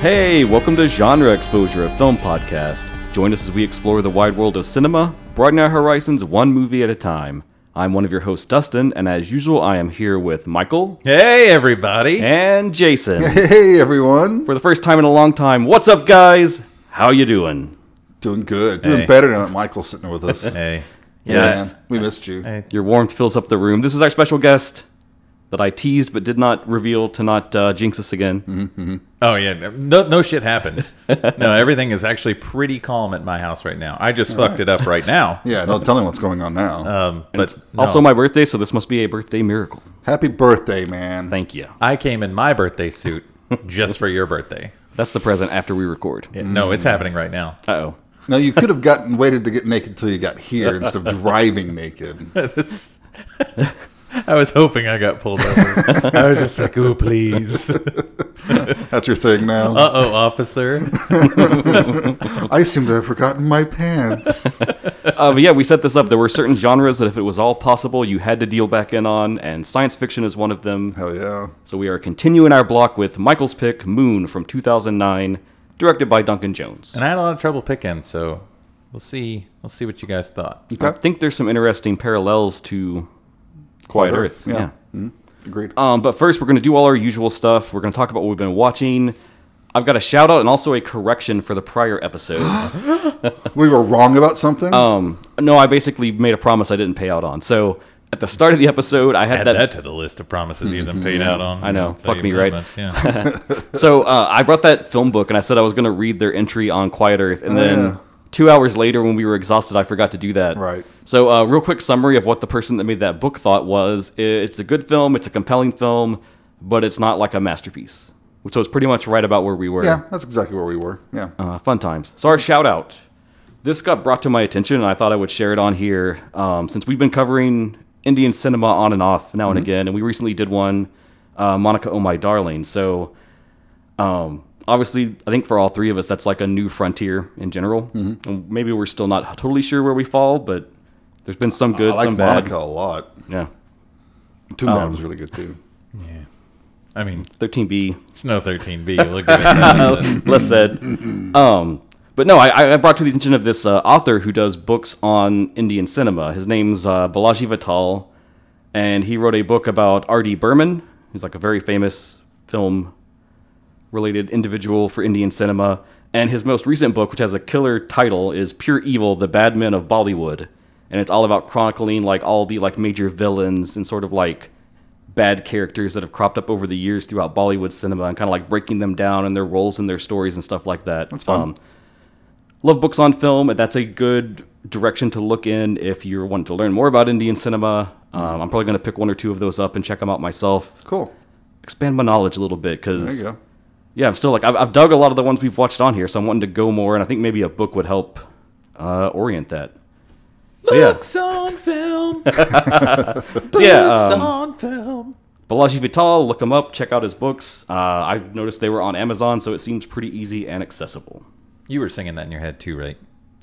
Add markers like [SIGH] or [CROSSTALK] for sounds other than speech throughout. Hey, welcome to Genre Exposure, a film podcast. Join us as we explore the wide world of cinema, broaden our horizons one movie at a time. I'm one of your hosts, Dustin, and as usual, I am here with Michael Hey, everybody. and [LAUGHS] Jason. Hey everyone, For the first time in a long time, what's up, guys? How you doing? doing good, doing Hey. better now that Michael's sitting with us. Hey. Man, we missed you. Hey. Your warmth fills up the room. This is our special guest that I teased but did not reveal to not uh, jinx us again. Oh, yeah. No, no shit happened. no, everything is actually pretty calm at my house right now. I just fucked it up right now. Yeah, no telling what's going on now. Um, but no. Also, my birthday, so this must be a birthday miracle. Happy birthday, man! Thank you. I came in my birthday suit just for your birthday. That's the present after we record. Yeah, No, it's happening right now. [LAUGHS] Uh oh. Now you could have gotten waited to get naked till you got here instead of driving naked. I was hoping I got pulled over. I was just like, ooh, please. Uh That's your thing now. oh, officer. I seem to have forgotten my pants. Uh, but yeah, we set this up. There were certain genres that, if it was all possible, you had to deal back in on, and science fiction is one of them. Hell yeah! So we are continuing our block with Michael's pick, Moon from 2009, directed by Duncan Jones. And I had a lot of trouble picking, so we'll see. We'll see what you guys thought. I think there's some interesting parallels to Quiet Uh, Earth. Yeah, yeah. agreed. Um, but first, we're going to do all our usual stuff. We're going to talk about what we've been watching. I've got a shout out and also a correction for the prior episode. we were wrong about something. um, no, I basically made a promise I didn't pay out on. So at the start of the episode, I had Add that, to the list of promises he hasn't paid out on. I know. Fuck me, right? Yeah. So uh, I brought that film book and I said I was going to read their entry on Quiet Earth, and then Oh, yeah. two hours later, when we were exhausted, I forgot to do that. Right. So, uh, real quick summary of what the person that made that book thought was: i- it's a good film, it's a compelling film, but it's not like a masterpiece. Which was pretty much right about where we were. yeah, that's exactly where we were. Yeah, Uh, fun times. So our shout out. This got brought to my attention, and I thought I would share it on here. Um, since we've been covering Indian cinema on and off now and Mm-hmm. again, and we recently did one, uh, Monica Oh My Darling. So um, obviously, I think for all three of us, that's like a new frontier in general. Mm-hmm. And maybe we're still not totally sure where we fall, but there's been some good, I like some Monica a lot. bad. Yeah. Too Bad was really good too. I mean, 13B, it's no 13B. [LAUGHS] Look at it. less said. Um, but no, I, I brought to the attention of this uh, author who does books on Indian cinema. His name's uh, Balaji Vital, and he wrote a book about R.D. Burman, who's like a very famous film related individual for Indian cinema. And his most recent book, which has a killer title, is Pure Evil: The Bad Men of Bollywood, and it's all about chronicling like all the like major villains and sort of like bad characters that have cropped up over the years throughout Bollywood cinema, and kind of like breaking them down and their roles and their stories and stuff like that. That's fun. love books on film, and that's a good direction to look in if you're wanting to learn more about Indian cinema. Um, I'm probably going to pick one or two of those up and check them out myself. Cool. Expand my knowledge a little bit There because you go. yeah, I'm still like I've, I've dug a lot of the ones we've watched on here, so I'm wanting to go more, and I think maybe a book would help uh, orient that. So yeah, Books [LAUGHS] on film. So, yeah. Books Um, on film. Balaji Vital, look him up, check out his books. Uh, I noticed they were on Amazon, so it seems pretty easy and accessible. You were singing that in your head too, right?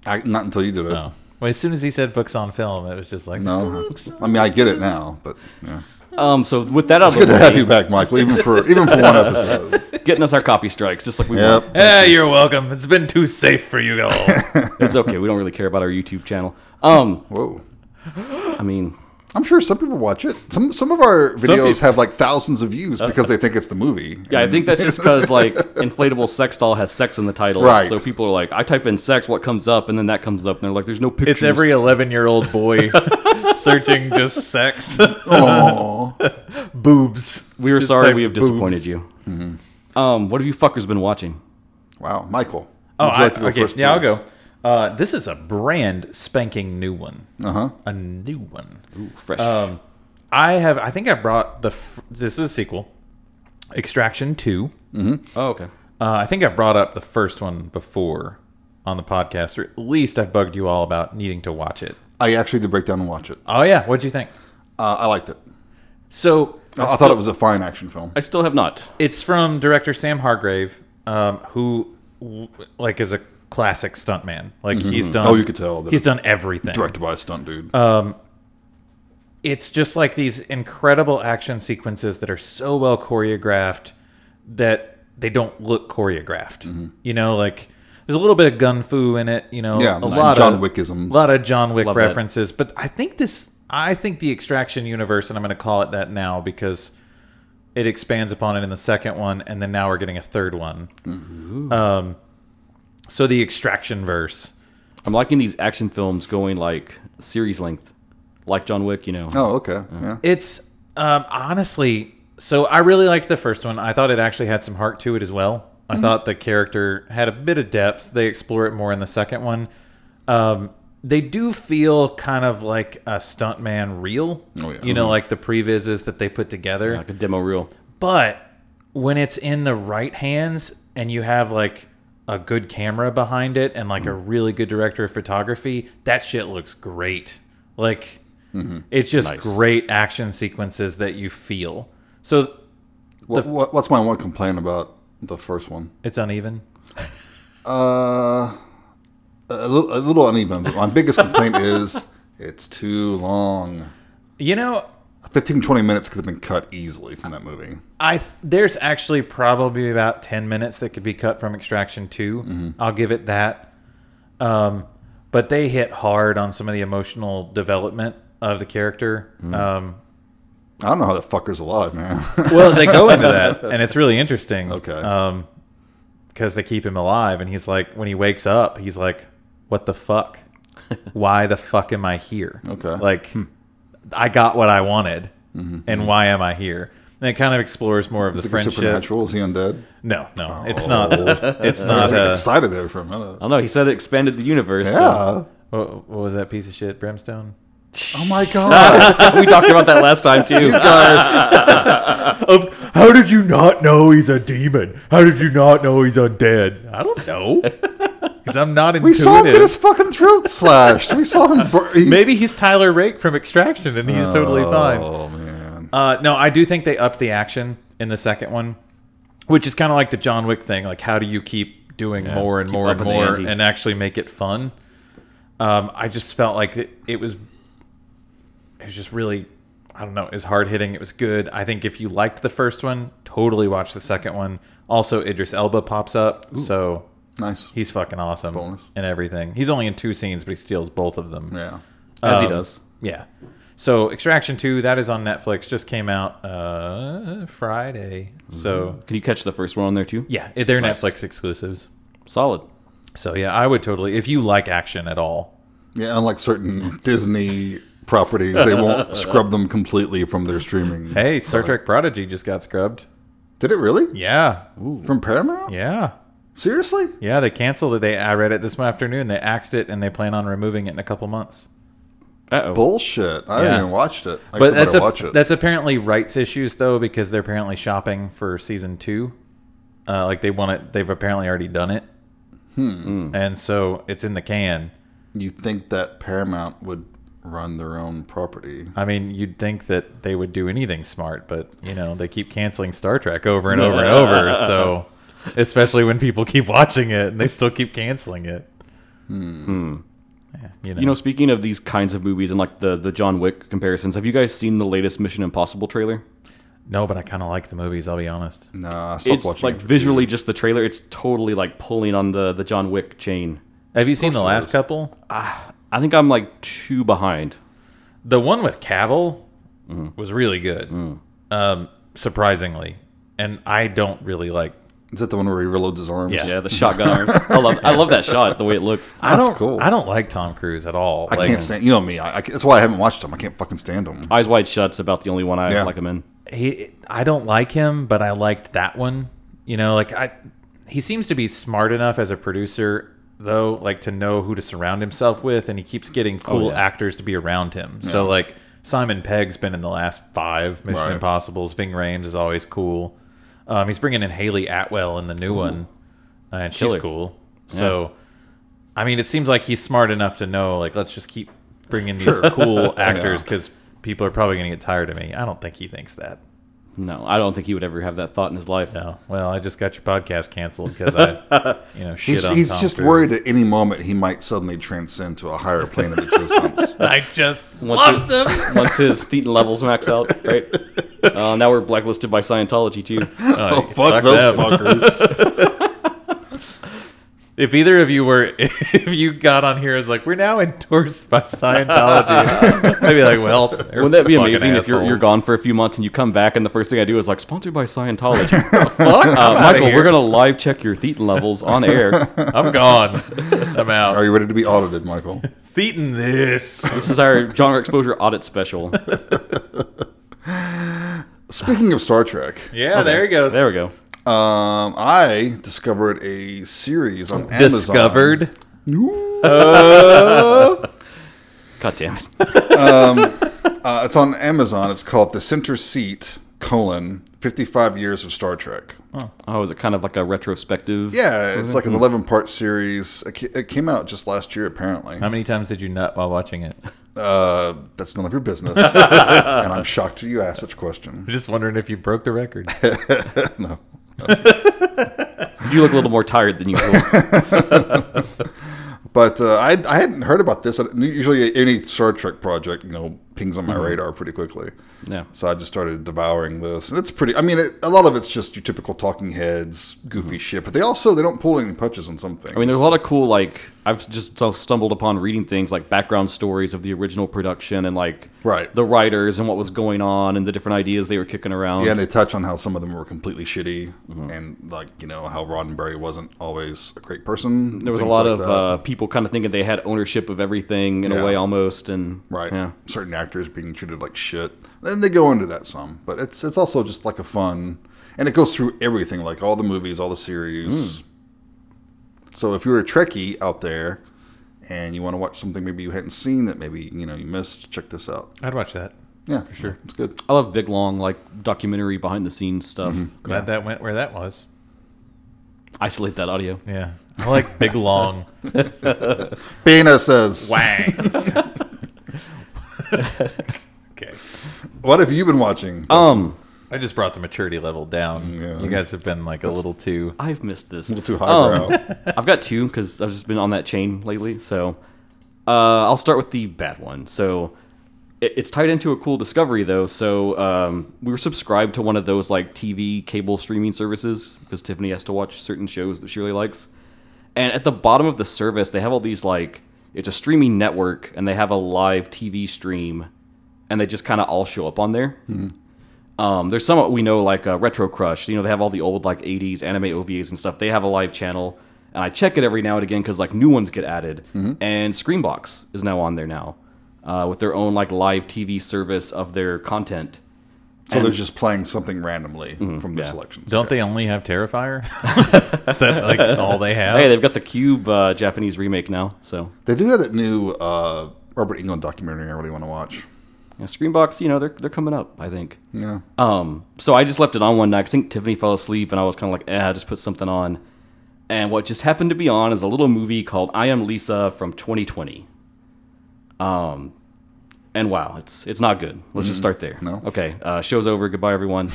I, not until you did it. Oh. Well, as soon as he said books on film, it was just like, No, I mean I get it now, but yeah. Um, so with that out It's of good to have you the back, Michael. Even for even for one episode. way, getting us our copy strikes, just like we want. [LAUGHS] Yep. hey, you're welcome. It's been too safe for you [LAUGHS] all. It's okay. We don't really care about our YouTube channel. Um, Whoa. I mean, I'm sure some people watch it. Some some of our videos have like thousands of views because they think it's the movie. yeah, I think that's [LAUGHS] just because like inflatable sex doll has sex in the title, Right. So people are like, I type in sex, what comes up, and then that comes up, and they're like, there's no pictures. it's every 11 year old [LAUGHS] boy searching just sex, [LAUGHS] Aww. [LAUGHS] boobs. We are Just sorry type we have boobs. disappointed you. Mm-hmm. Um, what have you fuckers been watching? Wow, Michael. Oh, would you I, like to go okay. first, yeah, I'll please? go. Uh, this is a brand spanking new one. Uh Uh-huh. A new one. Ooh, fresh. Um, I have. I think I brought the. F- this is a sequel, Extraction Two. oh, okay. Uh, I think I brought up the first one before on the podcast, or at least I bugged you all about needing to watch it. I actually did break down and watch it. Oh yeah, what'd you think? Uh, I liked it. So I, I thought it was a fine action film. I still have not. it's from director Sam Hargrave, um, who w- like is a classic stuntman. Like he's done. Oh, you could tell that he's it- done everything. Directed by a stunt dude. it's just like these incredible action sequences that are so well choreographed that they don't look choreographed. Mm-hmm. You know, like there's a little bit of gun fu in it. You know, Yeah, a some lot John of Wickisms. a lot of John Wick Love that. references. But I think this, I think the Extraction universe, and I'm going to call it that now because it expands upon it in the second one, and then now we're getting a third one. Um, Mm-hmm. so the Extraction verse. I'm liking these action films going like series length, like John Wick. You know, Oh, okay. Yeah. It's um, honestly so. I really liked the first one. I thought it actually had some heart to it as well. I Mm-hmm. thought the character had a bit of depth. They explore it more in the second one. Um, they do feel kind of like a stuntman reel, Oh, yeah. you know, like the previses that they put together. like a demo reel. But when it's in the right hands and you have like a good camera behind it and like a really good director of photography, that shit looks great. Like it's just great action sequences that you feel. So What, what, what's my one complaint about the first one? it's uneven. Uh, a, little, a little uneven. But my biggest complaint is it's too long. You know, 15, 20 minutes could have been cut easily from that movie. I there's actually probably about ten minutes that could be cut from Extraction 2 i I'll give it that. Um, but they hit hard on some of the emotional development of the character. Um, I don't know how that fucker's alive, man. [LAUGHS] well, they go into [LAUGHS] that, and it's really interesting. Okay. Um, because they keep him alive, and he's like, when he wakes up, he's like, "What the fuck? Why the fuck am I here? Okay. Mm-hmm. Like, I got what I wanted, and why am I here?" And it kind of explores more of is the it like friendship. supernatural? Is he undead? No, no, it's Oh. [LAUGHS] not. It's I not. was like, Uh, excited there for a minute. I don't know. He said it expanded the universe. so- Yeah. what, what was that piece of shit, Brimstone? Oh my god, [LAUGHS] we talked about that last time [LAUGHS] too. uh, guys! Of how did you not know he's a demon? How did you not know he's undead? I don't [LAUGHS] know. Because I'm not intuitive. We saw him get his fucking throat slashed. We saw him. Bur- he- Maybe he's Tyler Rake from Extraction, and he's totally fine. Oh man. Uh, no, I do think they upped the action in the second one, which is kind of like the John Wick thing. Like, how do you keep doing more and keep more and upping the more ante. and actually make it fun? Um, I just felt like it, it was, it was just really, I don't know, it was hard hitting. It was good. I think if you liked the first one, totally watch the second one. Also, Idris Elba pops up, so Nice. he's fucking awesome Bonus. and everything. He's only in two scenes, but he steals both of them. Yeah. As he Um, does. Yeah. So Extraction 2, that is on Netflix, just came out uh, Friday. Mm-hmm. So Can you catch the first one on there too? yeah, it- they're Nice. Netflix exclusives. Solid. So yeah, I would totally if you like action at all. Yeah. Unlike certain Disney properties, they won't [LAUGHS] scrub them completely from their streaming. Hey, Star Trek Prodigy just got scrubbed. Did it really? Yeah. From Paramount? Yeah. Seriously? Yeah, they canceled it. They I read it this afternoon. They axed it and they plan on removing it in a couple months. Uh oh. Bullshit. I Yeah. haven't even watched it. But I guess I that's better a, watch it. that's apparently rights issues though because they're apparently shopping for season two. Uh, like they want it. They've apparently already done it, hmm. and so it's in the can. you think that Paramount would run their own property? I mean, you'd think that they would do anything smart, but you know they keep canceling Star Trek over and over and over. So, [LAUGHS] especially when people keep watching it and they still keep canceling it. Hmm. Yeah, you know, You know, speaking of these kinds of movies and like the the John Wick comparisons, have you guys seen the latest Mission Impossible trailer? no, but I kind of like the movies. I'll be honest. Nah, I stopped it's watching. like after two. visually just the trailer. It's totally like pulling on the the John Wick chain. Have you seen the course it last is. couple? I think I'm like two behind. The one with Cavill Hmm. was really good, um, surprisingly, and I don't really like. Is that the one where he reloads his arms? Yeah, the shotgun arms. [LAUGHS] I love I love that shot. The way it looks. I That's don't. cool. I don't like Tom Cruise at all. I like, can't stand. You know me. I, I, that's why I haven't watched him. I can't fucking stand him. Eyes Wide Shut's about the only one I Yeah. like him in. he I don't like him, but I liked that one. You know, like I he seems to be smart enough as a producer though, like to know who to surround himself with and he keeps getting cool yeah. actors to be around him. So like Simon Pegg's been in the last 5 Mission Right. Impossibles, Ving Rhames is always cool. Um, he's bringing in Haley Atwell in the new one uh, and she's Killer. cool. So I mean, it seems like he's smart enough to know like let's just keep bringing these Sure. cool actors cuz people are probably going to get tired of me. I don't think he thinks that. No, I don't think he would ever have that thought in his life. No. Well, I just got your podcast canceled because [LAUGHS] I, you know, shit He's, on he's Tom just Cruise. worried at any moment he might suddenly transcend to a higher plane of existence. [LAUGHS] I just Once, loved him. once his Thetan levels max out, right? Uh, now we're blacklisted by Scientology too. oh, fuck, them. those fuckers. [LAUGHS] [LAUGHS] If either of you were, [LAUGHS] if you got on here as like, we're now endorsed by [LAUGHS] Scientology, I'd be like, well, Wouldn't that be amazing if you're, you're gone for a few months and you come back and the first thing I do is like sponsored by Scientology? uh, Michael, we're gonna live check your thetan levels on air. I'm [LAUGHS] gone. I'm out. Are you ready to be audited, Michael? Feeting this. This is our genre exposure audit special. Speaking of Star Trek, Yeah, there he goes. There we go. um, I discovered a series on Amazon. Discovered. Ooh. God damn it. Uh, it's on Amazon. It's called The Center Seat, colon, 55 Years of Star Trek. Oh, is it kind of like a retrospective? Yeah, it's like an 11 part series. It ca- It came out just last year, apparently. How many times did you nut while watching it? Uh, that's none of [LAUGHS] your business. and I'm shocked you asked such a question. I'm just wondering if you broke the record. No. You look a little more tired than usual. But uh, I, I hadn't heard about this. I- Usually, any Star Trek project, you know, pings on Mm-hmm. my radar pretty quickly. Yeah. So I just started devouring this, and it's pretty. I mean, it, a lot of it's just your typical talking heads, goofy shit. But they also they don't pull any punches on some things. Mm-hmm. I mean, there's a lot of cool like I've just so stumbled upon reading things like background stories of the original production and like Right. the writers and what was going on and the different ideas they were kicking around. yeah, and they touch on how some of them were completely shitty, Mm-hmm. and like you know how Roddenberry wasn't always a great person. there was a things lot like of that. uh, people kind of thinking they had ownership of everything in Yeah. a way almost, and right, yeah, certain actors being treated like shit. And they go into that some, but it's it's also just like a fun, and it goes through everything, like all the movies, all the Hmm. series. So if you're a Trekkie out there, and you want to watch something maybe you hadn't seen that maybe you know you missed, check this out. [LAUGHS] I'd watch that. Yeah, for sure. It's good. I love big long like documentary behind the scenes stuff. Mm-hmm. Glad that went where that was. Isolate that audio. Yeah. I like big long [LAUGHS] Bana says, wangs. [LAUGHS] okay. "What have you been watching?" Um, I just brought the maturity level down. Yeah. You guys have been like a little too. I've missed this. Um, Little too highbrow. [LAUGHS] I've got two because I've just been on that chain lately. So uh, I'll start with the bad one. So it, it's tied into a cool discovery though. So um, we were subscribed to one of those like TV cable streaming services because Tiffany has to watch certain shows that she really likes. And at the bottom of the service, they have all these like it's a streaming network, and they have a live TV stream, and they just kind of all show up on there. Um, there's some we know like uh, Retro Crush. You know they have all the old like '80s anime OVAs and stuff. They have a live channel, and I check it every now and again because like new ones get added. And Screenbox is now on there now uh, with their own like live TV service of their content. So they're just playing something randomly Mm-hmm. from their yeah. selections. Don't they only have Terrifier? Is that like all they have? Hey, they've got the Cube uh, Japanese remake now, so They do have that new uh, Robert England documentary I really want to watch. yeah, Screenbox, you know they're they're coming up. I think. Yeah. Um, so I just left it on one night. 'cause I think Tiffany fell asleep, and I was kind of like, eh, I just put something on. And what just happened to be on is a little movie called I Am Lisa from 2020. Um, and wow, it's it's not good. Let's just start there. No. Okay. Uh, show's over. Goodbye, everyone.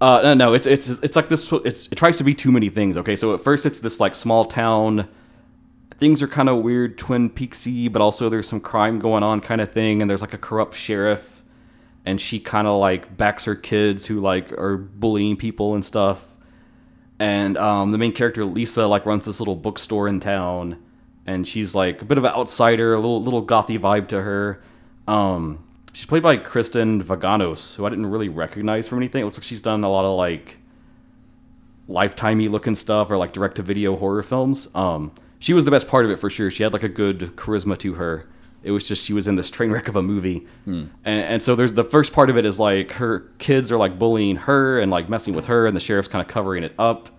Uh, no, no, it's it's it's like this. It's, it tries to be too many things. Okay, so at first it's this like small town. Things are kind of weird, Twin Peaksy, but also there's some crime going on, kind of thing. And there's like a corrupt sheriff, and she kind of like backs her kids who like are bullying people and stuff. And um, the main character Lisa like runs this little bookstore in town, and she's like a bit of an outsider, a little little gothy vibe to her. Um, she's played by Kristen Vaganos, who I didn't really recognize from anything. It looks like she's done a lot of like lifetimey looking stuff or like direct to video horror films. Um, she was the best part of it for sure. She had like a good charisma to her. It was just she was in this train wreck of a movie, and, and so there's the first part of it is like her kids are like bullying her and like messing with her, and the sheriff's kind of covering it up.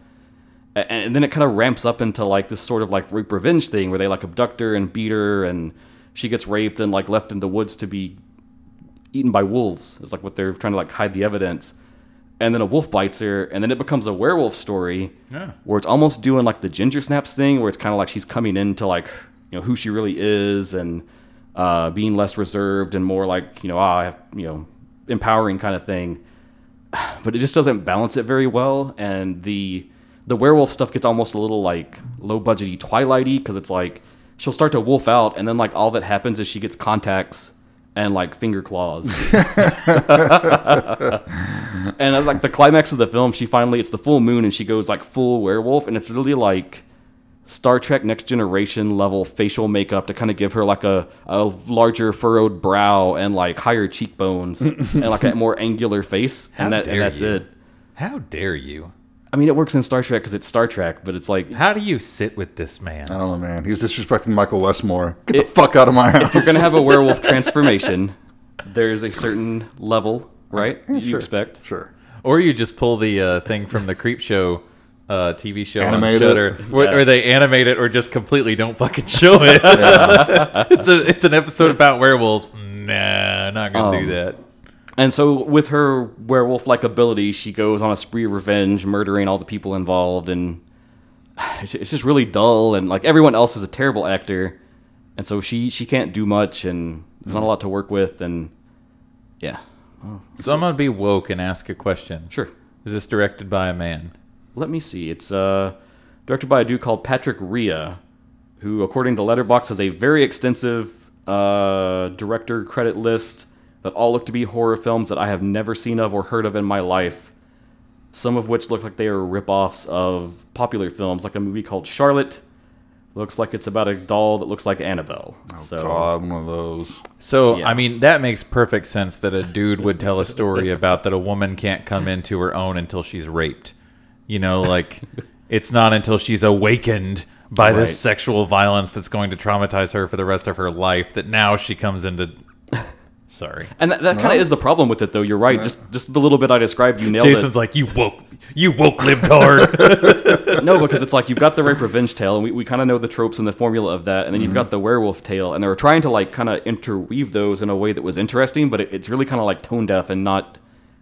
A- And, then it kind of ramps up into like this sort of like rape revenge thing where they like abduct her and beat her, and she gets raped and like left in the woods to be eaten by wolves. Is like what they're trying to like hide the evidence. And then a wolf bites her, and then it becomes a werewolf story Yeah. where it's almost doing like the ginger snaps thing where it's kind of like she's coming into like you know who she really is and uh, being less reserved and more like you know ah, I have you know empowering kind of thing [SIGHS] but it just doesn't balance it very well and the the werewolf stuff gets almost a little like low budgety twilighty because it's like she'll start to wolf out and then like all that happens is she gets contacts and like finger claws. [LAUGHS] and that's like the climax of the film. She finally, it's the full moon, and she goes like full werewolf, and it's really like Star Trek Next Generation level facial makeup to kind of give her like a, a larger furrowed brow and like higher [LAUGHS] cheekbones and like a more angular face, and How that and dare that's you. it. How dare you? I mean, it works in Star Trek because it's Star Trek, but it's like How do you sit with this man? I don't know, man. He's disrespecting Michael Westmore. Get the fuck out of my house. you're gonna have a [LAUGHS] werewolf transformation. There's a certain level, right? Mm, Yeah, you sure. expect. [LAUGHS] Sure. Or you just pull the uh, thing from the Creep Show uh, TV show Animate it. on Shudder, where, Yeah. or they animate it, or just completely don't fucking show it. [LAUGHS] it's a it's an episode about werewolves. Nah, not gonna do Um, that. And so, with her werewolf like ability, she goes on a spree of revenge, murdering all the people involved. And [SIGHS] it's it's just really dull. And like everyone else is a terrible actor. And so, she, she can't do much and there's not a lot to work with. And yeah, So I'm gonna be woke and ask a question. sure. Is this directed by a man? Let me see. It's uh, directed by a dude called Patrick Rhea, who, according to Letterboxd, has a very extensive uh, director credit list that all look to be horror films that I have never seen of or heard of in my life. Some of which look like they are ripoffs of popular films, like a movie called Charlotte. Looks like it's about a doll that looks like Annabelle. so God, one of those. So Yeah. I mean that makes perfect sense that a dude would tell a story about that a woman can't come into her own until she's raped. You know, like it's not until she's awakened by Right. this sexual violence that's going to traumatize her for the rest of her life that now she comes into Sorry. and that, that kind of is the problem with it, though. You're right. Just just the little bit I described, you nailed it. Jason's like, You woke you woke libtard. no, because it's like you've got the rape revenge tale, and we, we kind of know the tropes and the formula of that, and then you've got the werewolf tale, and they were trying to like kind of interweave those in a way that was interesting, but it, it's really kind of like tone deaf and not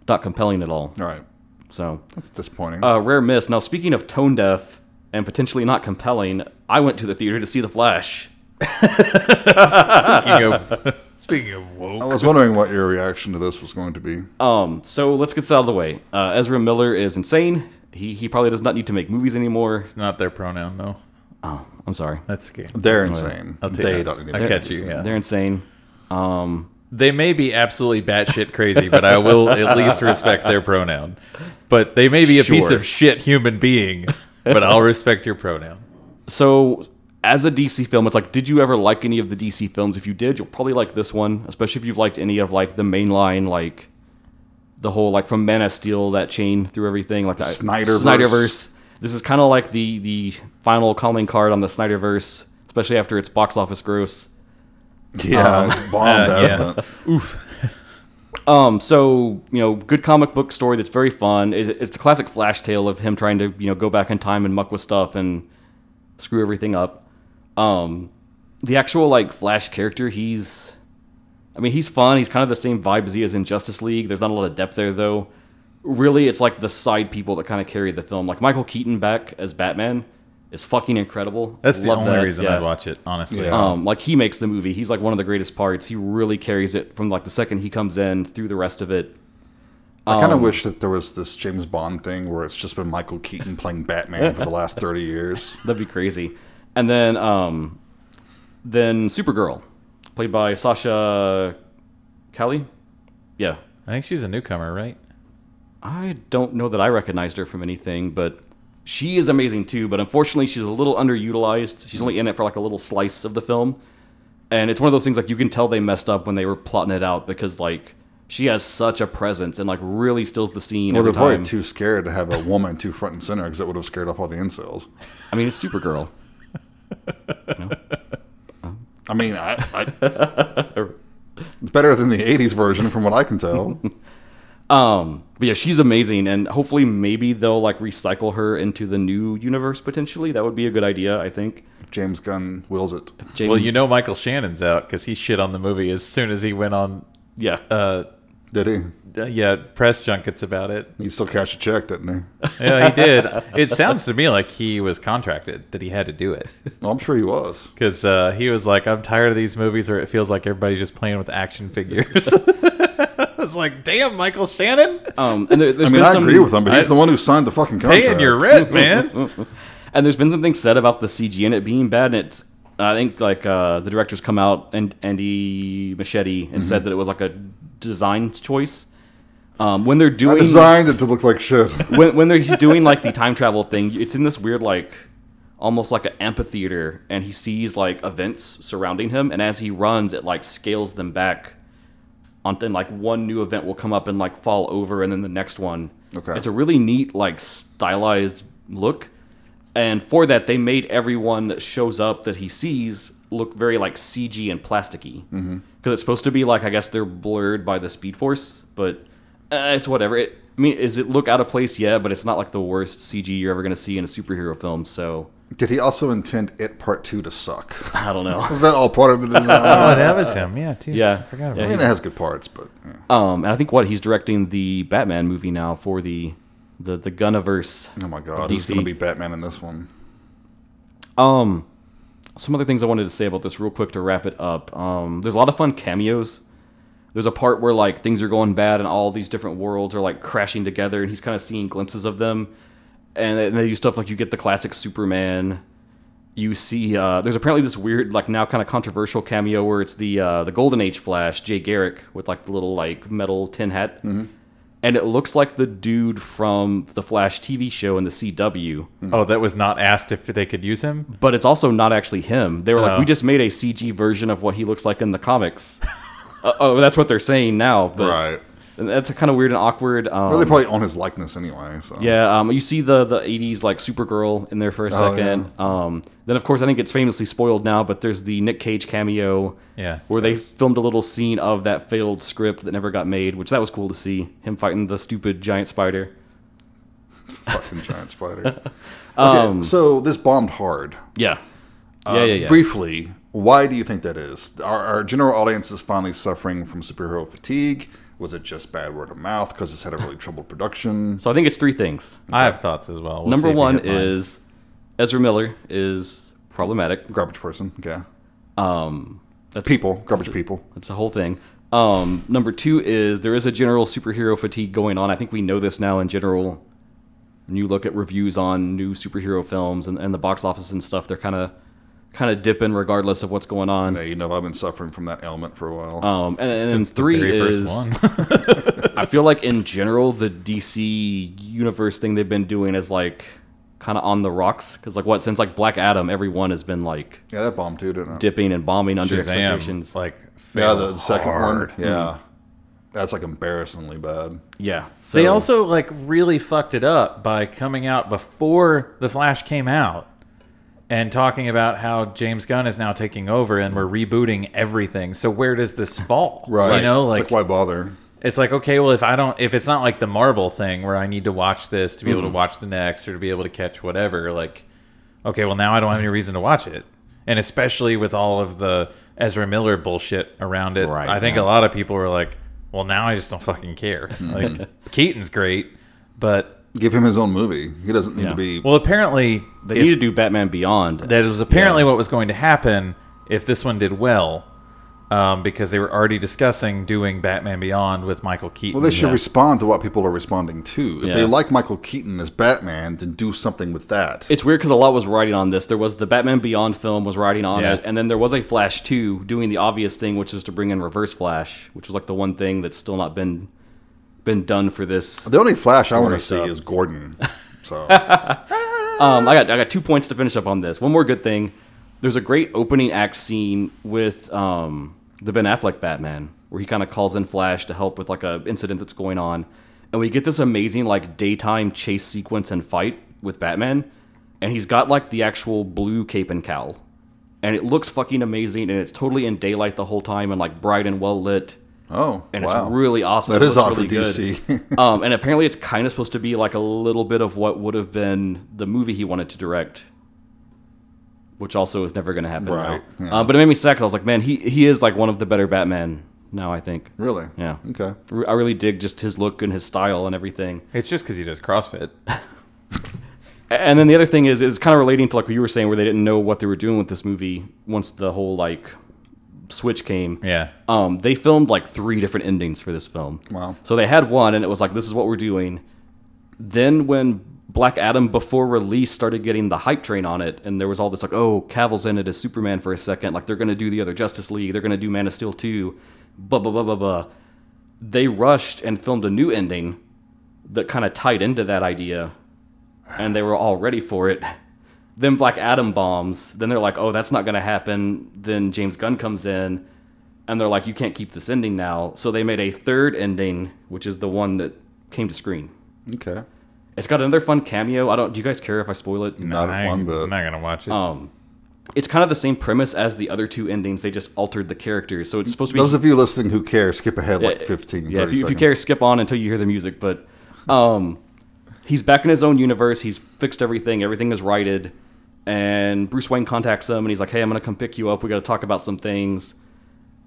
not compelling at all. All right. So, That's disappointing. uh, rare miss. Now, speaking of tone deaf and potentially not compelling, I went to the theater to see The Flash. speaking [LAUGHS] of speaking of I woke. was wondering what your reaction to this was going to be. Uh, Um, so let's get this out of the way. Uh, Ezra Miller is insane. He he probably does not need to make movies anymore. It's not their pronoun though. Oh, I'm sorry. That's okay. They're insane. oh, I'll take they that. don't need to I be [LAUGHS] catch you, insane. yeah. They're insane. Um, They may be absolutely batshit crazy, but I will at least respect their pronoun. But they may be a piece Sure. of shit human being, but I'll respect your pronoun. So, as a DC film, it's like, did you ever like any of the DC films? If you did, you'll probably like this one, especially if you've liked any of like the mainline, like the whole like from Man of Steel that chain through everything, like the Snyderverse. Snyderverse. This is kind of like the the final calling card on the Snyderverse, especially after its box office gross. Yeah, it's bombed, Uh, hasn't [LAUGHS] yeah. it? Um, so you know, good comic book story that's very fun. It's, it's a classic Flash tale of him trying to you know go back in time and muck with stuff and screw everything up. Um, the actual like Flash character, he's, I mean, he's fun. He's kind of the same vibe as he is in Justice League. There's not a lot of depth there though. Really, it's like the side people that kind of carry the film. Like Michael Keaton back as Batman is fucking incredible. That's the Love only that, reason yeah. I'd watch it, honestly. Yeah. Um, like he makes the movie. He's like one of the greatest parts. He really carries it from like the second he comes in through the rest of it. I Um, kind of wish that there was this James Bond thing where it's just been Michael Keaton playing Batman for the last 30 years. That'd be crazy. And then, um, then Supergirl, played by Sasha Kelly. Yeah, I think she's a newcomer, right? I don't know that I recognized her from anything, but she is amazing too. But unfortunately, she's a little underutilized. She's only in it for like a little slice of the film, and it's one of those things like you can tell they messed up when they were plotting it out because like she has such a presence and like really steals the scene Well, every they're probably time. too scared to have a woman too front and center because it would have scared off all the incels. I mean, it's Supergirl. I mean, I, I, [LAUGHS] it's better than the 80s version from what I can tell. Um, but yeah, she's amazing, and hopefully, maybe they'll like recycle her into the new universe potentially. That would be a good idea, I think. James Gunn wills it. Jamie, Well, you know Michael Shannon's out because he shit on the movie as soon as he went on, yeah, uh, Did he? uh, yeah, press junkets about it. He still cashed a check, didn't he? Yeah, he did. it sounds to me like he was contracted that he had to do it. Well, I'm sure he was. Because uh, he was like, I'm tired of these movies where it feels like everybody's just playing with action figures. [LAUGHS] I was like, damn, Michael Shannon, um, and there, there's I mean, been I some, agree with him, but he's I- the one who signed the fucking [LAUGHS] contract. paying your rent, man. And there's been some things said about the CG and it being bad, and it's I think like uh, the director's come out and Andy Machete and said that it was like a design choice. Um, when they're I doing designed it to look like shit. when when they're, he's doing like the time travel thing, it's in this weird like almost like an amphitheater, and he sees like events surrounding him, and as he runs, it like scales them back. On and like one new event will come up and like fall over, and then the next one. Okay. it's a really neat like stylized look, and for that they made everyone that shows up that he sees look very like CG and plasticky because it's supposed to be like I guess they're blurred by the Speed Force, but uh, it's whatever. It, I mean, is it look out of place? Yeah, but it's not like the worst CG you're ever gonna see in a superhero film. So Did he also intend It Part Two to suck? [LAUGHS] I don't know. Was that all part of the design? Oh, that was him. Yeah, [LAUGHS] too. yeah, I forgot about yeah, I mean, it has good parts, but yeah. Um, and I think what he's directing the Batman movie now for the the the Gunniverse. oh my god, who's DC. going to be Batman in this one? Um, some other things I wanted to say about this real quick to wrap it up. Um, there's a lot of fun cameos. There's a part where like things are going bad and all these different worlds are like crashing together, and he's kind of seeing glimpses of them. And, and they do stuff like you get the classic Superman. You see, uh, there's apparently this weird, like now kind of controversial cameo where it's the uh, the Golden Age Flash, Jay Garrick, with like the little like metal tin hat, and it looks like the dude from the Flash TV show in the CW it. Oh, that was not asked if they could use him. but it's also not actually him. They were like, Oh. we just made a CG version of what he looks like in the comics. [LAUGHS] uh, oh, that's what they're saying now. But um, Right. and that's kind of weird and awkward. Um, Well, they probably own his likeness anyway. So yeah, um, you see the the '80s like Supergirl in there for a Oh, second. Um, then of course I think it's famously spoiled now, but there's the Nick Cage cameo Yeah. where they filmed a little scene of that failed script that never got made, which that was cool to see him fighting the stupid giant spider. fucking [LAUGHS] giant spider. Okay, so this bombed hard. Yeah, Uh, Um, yeah, yeah, yeah. Briefly, why do you think that is? Our, our general audience is finally suffering from superhero fatigue. Was it just bad word of mouth because it's had a really troubled production? so I think it's three things. I have thoughts as well. We'll see Number if we one get mine. is Ezra Miller is problematic. Garbage person, okay. Um, that's, People, garbage people. That's the whole thing. Um, number two is there is a general superhero fatigue going on. I think we know this now in general. When you look at reviews on new superhero films and, and the box office and stuff, they're kind of kind of dipping regardless of what's going on. Yeah, you know, I've been suffering from that ailment for a while. Um, and, and then Since the three very first is [LAUGHS] one. I feel like in general the DC universe thing they've been doing is like kind of on the rocks because like what since like Black Adam, everyone has been like yeah, that bombed too, didn't it? dipping and bombing under Shazam, expectations. like yeah, failed the, the second hard. one. Yeah. That's like embarrassingly bad. yeah, so They also like really fucked it up by coming out before the Flash came out and talking about how James Gunn is now taking over and we're rebooting everything. So where does this fall? You know, like it's like why bother? it's like okay, well if I don't if it's not like the Marvel thing where I need to watch this to be Mm-hmm. able to watch the next or to be able to catch whatever, like okay, well now I don't have any reason to watch it. And especially with all of the Ezra Miller bullshit around it, Right, I think yeah. a lot of people were like, "Well, now I just don't [LAUGHS] fucking care." Like Keaton's great, but Give him his own movie. He doesn't need Yeah. to be. well, apparently they if- need to do Batman Beyond. that was apparently what was going to happen if this one did well, um, because they were already discussing doing Batman Beyond with Michael Keaton. Well, they should Yeah. respond to what people are responding to. If they Yeah. like Michael Keaton as Batman, then do something with that. it's weird because a lot was riding on this. There was the Batman Beyond film was riding on Yeah. it, and then there was a Flash two doing the obvious thing, which is to bring in Reverse Flash, which was like the one thing that's still not been been done for this. the only Flash I want to Story see stuff. is Gordon. [LAUGHS] So Um, I got I got two points to finish up on this. One more good thing. There's a great opening act scene with um, the Ben Affleck Batman, where he kind of calls in Flash to help with like a incident that's going on, and we get this amazing like daytime chase sequence and fight with Batman, and he's got like the actual blue cape and cowl, and it looks fucking amazing, and it's totally in daylight the whole time and like bright and well lit, oh, and wow, it's really awesome. that It is looks odd really for good. DC. um, and apparently it's kind of supposed to be like a little bit of what would have been the movie he wanted to direct, which also is never going to happen. now. Right, yeah. Uh, but it made me sad 'cause I was like, man, he he is like one of the better Batman now. I think. [LAUGHS] really? Yeah. Okay. I really dig just his look and his style and everything. It's just because he does [LAUGHS] CrossFit. And then the other thing is, is kind of relating to like what you were saying, where they didn't know what they were doing with this movie once the whole like switch came. Yeah. Um, they filmed like three different endings for this film. Wow. So they had one, and it was like, this is what we're doing. Then when Black Adam before release started getting the hype train on it, and there was all this like, oh, Cavill's in it as Superman for a second, like they're gonna do the other Justice League, they're gonna do Man of Steel two, blah blah blah blah blah. They rushed and filmed a new ending that kind of tied into that idea, and they were all ready for it. Then Black Adam bombs. Then they're like, oh, that's not gonna happen. Then James Gunn comes in, and they're like, you can't keep this ending now. So they made a third ending, which is the one that came to screen. Okay. It's got another fun cameo. I don't. Do you guys care if I spoil it? Not I, one am bit. not gonna watch it. Um, it's kind of the same premise as the other two endings. They just altered the characters, so it's supposed to be. Those of you listening who care, skip ahead like 15, yeah, if 30 you, if seconds. you care, skip on until you hear the music. But um, he's back in his own universe. He's fixed everything. Everything is righted. And Bruce Wayne contacts him, and he's like, "Hey, I'm gonna come pick you up. We got to talk about some things.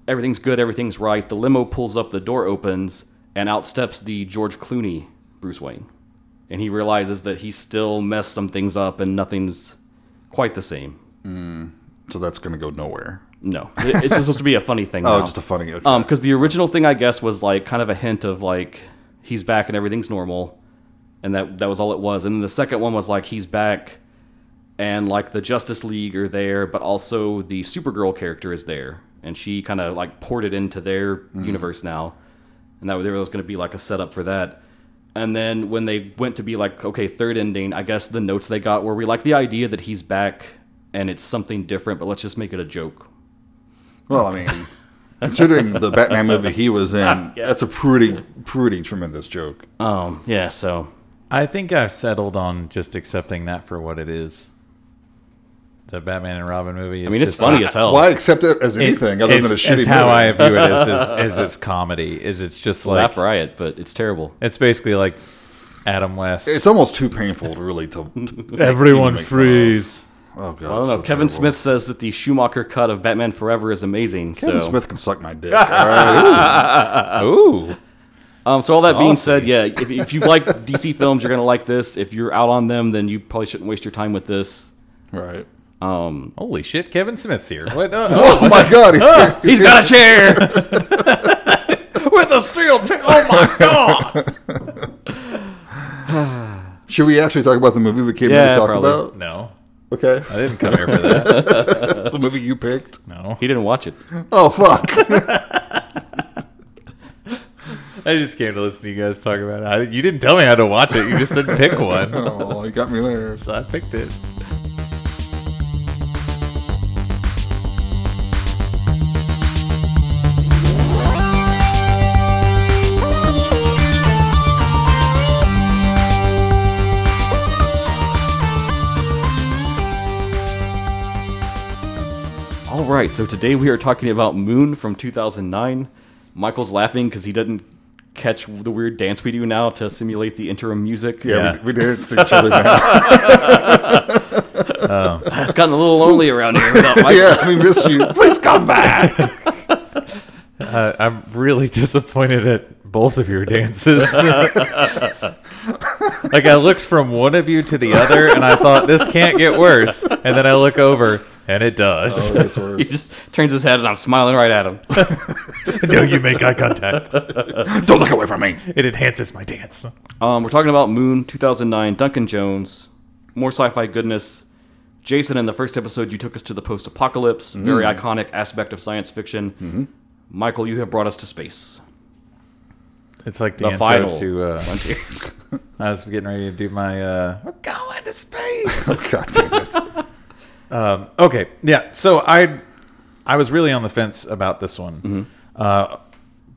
Everything's good. Everything's right." The limo pulls up. The door opens, and out steps the George Clooney Bruce Wayne, and he realizes that he still messed some things up, and nothing's quite the same. So that's going to go nowhere. No, It- it's supposed to be a funny thing. [LAUGHS] now. Oh, just a funny. Okay. Um, because the original thing I guess was like kind of a hint of like he's back and everything's normal, and that that was all it was. And then the second one was like he's back, and like the Justice League are there, but also the Supergirl character is there, and she kind of like ported into their universe now, and that there was going to be like a setup for that. And then when they went to be like, okay, third ending, I guess the notes they got were we like the idea that he's back and it's something different, but let's just make it a joke. well, I mean, considering the Batman movie he was in, [LAUGHS] that's a pretty, pretty tremendous joke. Um, yeah, so I think I've settled on just accepting that for what it is. The Batman and Robin movie. Is I mean it's just- funny as hell. Why accept it as anything other it's, than a it's shitty how movie? I view it is, [LAUGHS] is, is its comedy. Is it's just like laugh riot, but it's terrible. it's basically like Adam West. It's almost too painful to really to. to [LAUGHS] Everyone make fun of. freeze. oh god! I don't know. Kevin Smith says that the Schumacher cut of Batman Forever is amazing. Kevin so, Smith can suck [LAUGHS] my dick. All right. Uh. Ooh, um, so all that being said, Saucy. yeah, if, if you like DC [LAUGHS] films, you're gonna like this. If you're out on them, then you probably shouldn't waste your time with this. right. [LAUGHS] holy shit! Kevin Smith's here. What? Uh, Oh my [LAUGHS] god! He's He's, got a chair. with a steel. pick- Oh [LAUGHS] my god! [LAUGHS] Should we actually talk about the movie we came here Yeah, to talk probably. about? No, Okay. [LAUGHS] I didn't come here for that. The movie you picked. No, [LAUGHS] he didn't watch it. Oh fuck! [LAUGHS] I just came to listen to you guys talk about it. I, you didn't tell me how to watch it. You just said pick [LAUGHS] one, oh, you got me there. so I picked it. All right, so today we are talking about Moon from 2009. Michael's laughing because he didn't catch the weird dance we do now to simulate the interim music. Yeah, Yeah. We, we danced to each other. [LAUGHS] Man. it's gotten a little lonely around here [LAUGHS] without Michael. yeah, we miss [LAUGHS] you. Please [LAUGHS] come back. Uh, I'm really disappointed at both of your dances. [LAUGHS] like I looked from one of you to the other, and I thought this can't get worse. And then I look over, and it does. Oh, [LAUGHS] that's He worse. just turns his head and I'm smiling right at him. [LAUGHS] no, you make eye contact. [LAUGHS] Don't look away from me. [LAUGHS] It enhances my dance. Um, we're talking about Moon 2009, Duncan Jones, more sci fi goodness. Jason, in the first episode, you took us to the post apocalypse, very iconic aspect of science fiction. Michael, you have brought us to space. It's like the, The intro final. to. Uh, I was getting ready to do my. Uh, We're going to space. Oh god damn it! [LAUGHS] okay yeah so i i was really on the fence about this one uh,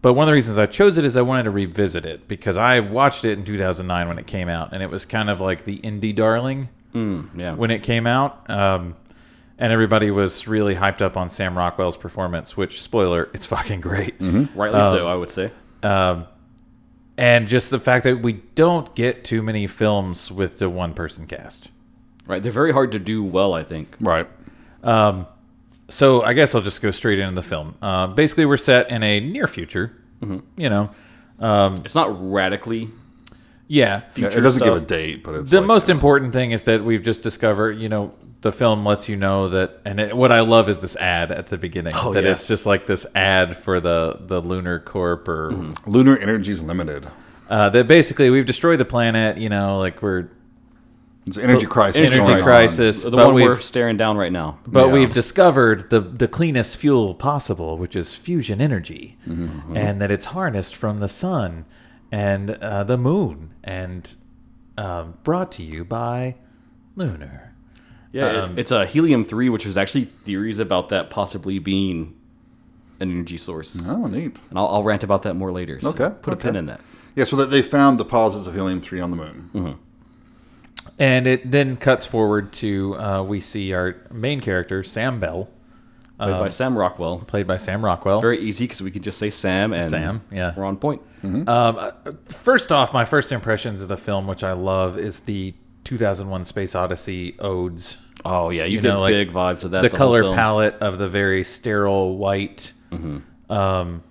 but one of the reasons i chose it is i wanted to revisit it because i watched it in 2009 when it came out and it was kind of like the indie darling Yeah. when it came out um, and everybody was really hyped up on sam rockwell's performance which spoiler it's fucking great Rightly so, I would say. and just the fact that we don't get too many films with the one person cast Right. They're very hard to do well, I think. Right. so I guess I'll just go straight into the film. Uh, basically, we're set in a near future. You know, It's not radically. yeah. Yeah, it Future doesn't give stuff. a date, but it's The like- most important thing is that we've just discovered. You know, the film lets you know that, and it, what I love is this ad at the beginning. Oh, that yeah. it's just like this ad for the the Lunar Corp or Mm-hmm. lunar energy is limited. uh, that basically we've destroyed the planet. You know, like we're It's an energy crisis. Oh, energy going energy on. crisis, The but one we've we're staring down right now. but Yeah. we've discovered the the cleanest fuel possible, which is fusion energy, Mm-hmm. and that it's harnessed from the sun and uh, the moon, and um, brought to you by Lunar. Yeah, it's, it's a helium three, which is actually theories about that possibly being an energy source, Oh, neat. and I'll, I'll rant about that more later. So Okay, put okay. a pin in that. Yeah, so that they found deposits of helium three on the moon. And it then cuts forward to uh, we see our main character Sam Bell, Played by Sam Rockwell. played by Sam Rockwell. Very easy because we could just say Sam and Sam, yeah. we're on point. First off, my first impressions of the film, which I love, is the 2001 Space Odyssey odes. Oh yeah, you, You get know, like, big vibes of that. the, whole color film. palette of the very sterile white. Mm-hmm. Um,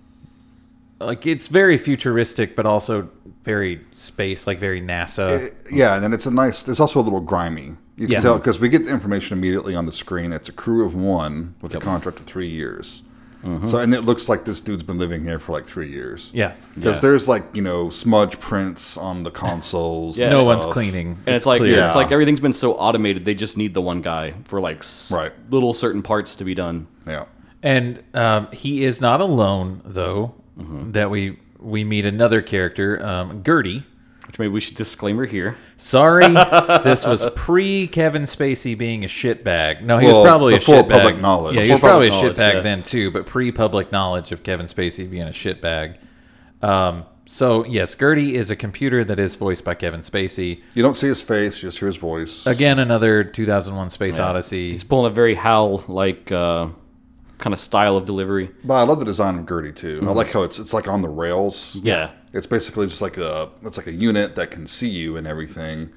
like it's very futuristic, but also very space, like very NASA. Yeah, and then it's a nice. It's also a little grimy. You can Yeah. tell because we get the information immediately on the screen. It's a crew of one with a contract of three years. So and it looks like this dude's been living here for like three years. Mm-hmm. yeah, Because there's like you know smudge prints on the consoles. and no one's stuff. cleaning. And it's like clear. it's like everything's been so automated. They just need the one guy for like s- Right. little certain parts to be done. Yeah, And um, he is not alone, though. Mm-hmm. That we we meet another character, um, Gertie. Which maybe we should disclaimer here. [LAUGHS] Sorry, this was pre Kevin Spacey being a shitbag. No, he Well, was probably a before shitbag. public knowledge. Yeah, he was Before probably public a knowledge, shitbag yeah. then too, but pre public knowledge of Kevin Spacey being a shitbag. Um, so yes, Gertie is a computer that is voiced by Kevin Spacey. you don't see his face, you just hear his voice. Again, another 2001 Space Odyssey. He's pulling a very Hal like uh, kind of style of delivery. But I love the design of Gertie too. Mm-hmm. I like how it's it's like on the rails. Yeah. It's basically just like a it's like a unit that can see you and everything,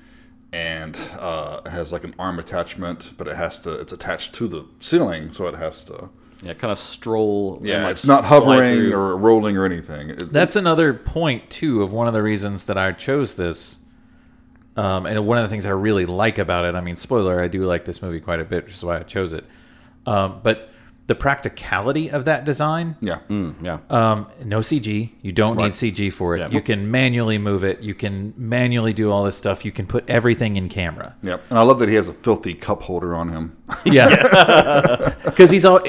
and uh, has like an arm attachment, but it has to it's attached to the ceiling, so it has to Yeah, kind of stroll. and, yeah, like, it's not slide hovering through. or rolling or anything. It- That's another point too of one of the reasons that I chose this. Um, and one of the things I really like about it, I mean, spoiler, I do like this movie quite a bit, which is why I chose it. Um, but the practicality of that design, yeah, Mm, Yeah. Um, no CG. You don't need CG for it. Yeah. You can manually move it. You can manually do all this stuff. You can put everything in camera. yeah, and I love that he has a filthy cup holder on him. Yeah, [LAUGHS] because he's all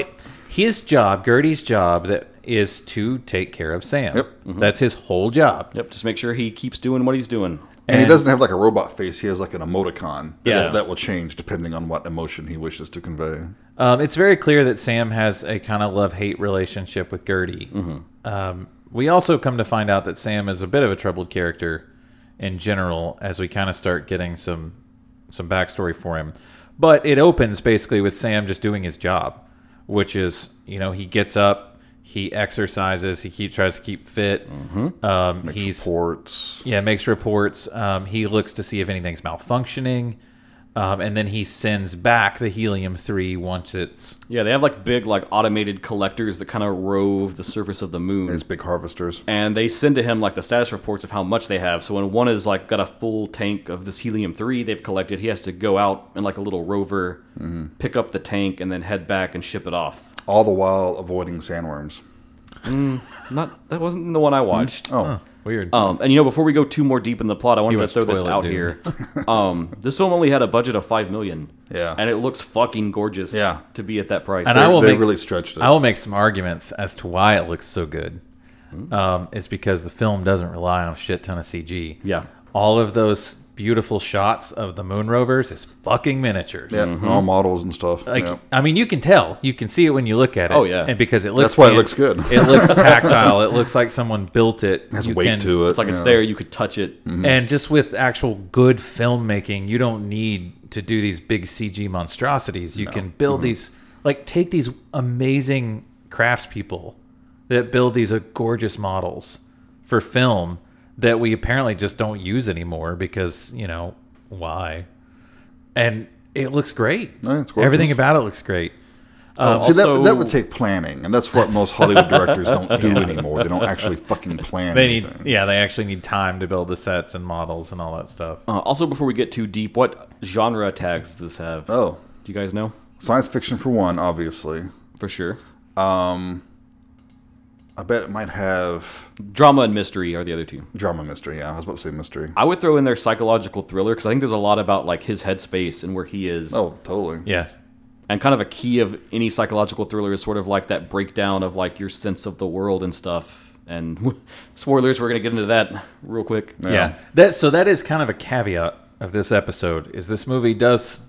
his job, Gertie's job, that is to take care of Sam. Yep. That's his whole job. Yep, just make sure he keeps doing what he's doing. And, he And- doesn't have like a robot face; he has like an emoticon. that Yeah. will- that will change depending on what emotion he wishes to convey. Um, it's very clear that Sam has a kind of love hate relationship with Gertie. Um, we also come to find out that Sam is a bit of a troubled character in general as we kind of start getting some some backstory for him. But it opens basically with Sam just doing his job, which is you know he gets up, he exercises, he keep, tries to keep fit. Um, he's Reports. yeah, makes reports. Um, he looks to see if anything's malfunctioning, um, and then he sends back the helium three once it's Yeah, they have like big like automated collectors that kind of rove the surface of the moon. His big harvesters. and they send to him like the status reports of how much they have. So when one is like got a full tank of this helium three they've collected, he has to go out in like a little rover, Mm-hmm. pick up the tank, and then head back and ship it off. all the while avoiding sandworms. Not that wasn't Hmm? the one I watched. Oh, weird. Um, and you know, before we go too more deep in the plot, I wanted to watched throw this Toilet out Dude. [LAUGHS] here. um, this film only had a budget of five million. Yeah. and it looks fucking gorgeous. Yeah. to be at that price. And I will they make- really stretched it. I will make some arguments as to why it looks so good. Hmm. Um, it's because the film doesn't rely on a shit ton of CG. Yeah. All of those beautiful shots of the moon rovers is fucking miniatures. yeah, all models and stuff. Mm-hmm. Like, yeah. I mean, you can tell. You can see it when you look at it. Oh, yeah. And because it looks That's why it looks good. it [LAUGHS] looks tactile. It looks like someone built it. Has You weight can- to it. it's like it's yeah. Mm. there. You could touch it. And just with actual good filmmaking, you don't need to do these big CG monstrosities. You can build Mm-hmm. these, like, take these amazing craftspeople that build these uh, gorgeous models for film that we apparently just don't use anymore because, you know, why? And it looks great. Yeah, it's gorgeous. Everything about it looks great. Uh, See, that, also- that would take planning, and that's what most Hollywood [LAUGHS] directors don't do anymore. They don't actually fucking plan They need, anything. yeah, they actually need time to build the sets and models and all that stuff. Uh, also, before we get too deep, what genre tags does this have? Do Oh, you guys know? science fiction for one, obviously. For sure. I bet it might have Drama and mystery are the other two. drama mystery. Yeah, I was about to say mystery. I would throw in there psychological thriller because I think there's a lot about like his headspace and where he is. Oh, totally. Yeah. and kind of a key of any psychological thriller is sort of like that breakdown of like your sense of the world and stuff and [LAUGHS] spoilers we're going to get into that real quick yeah Um, that so that is kind of a caveat of this episode is this movie does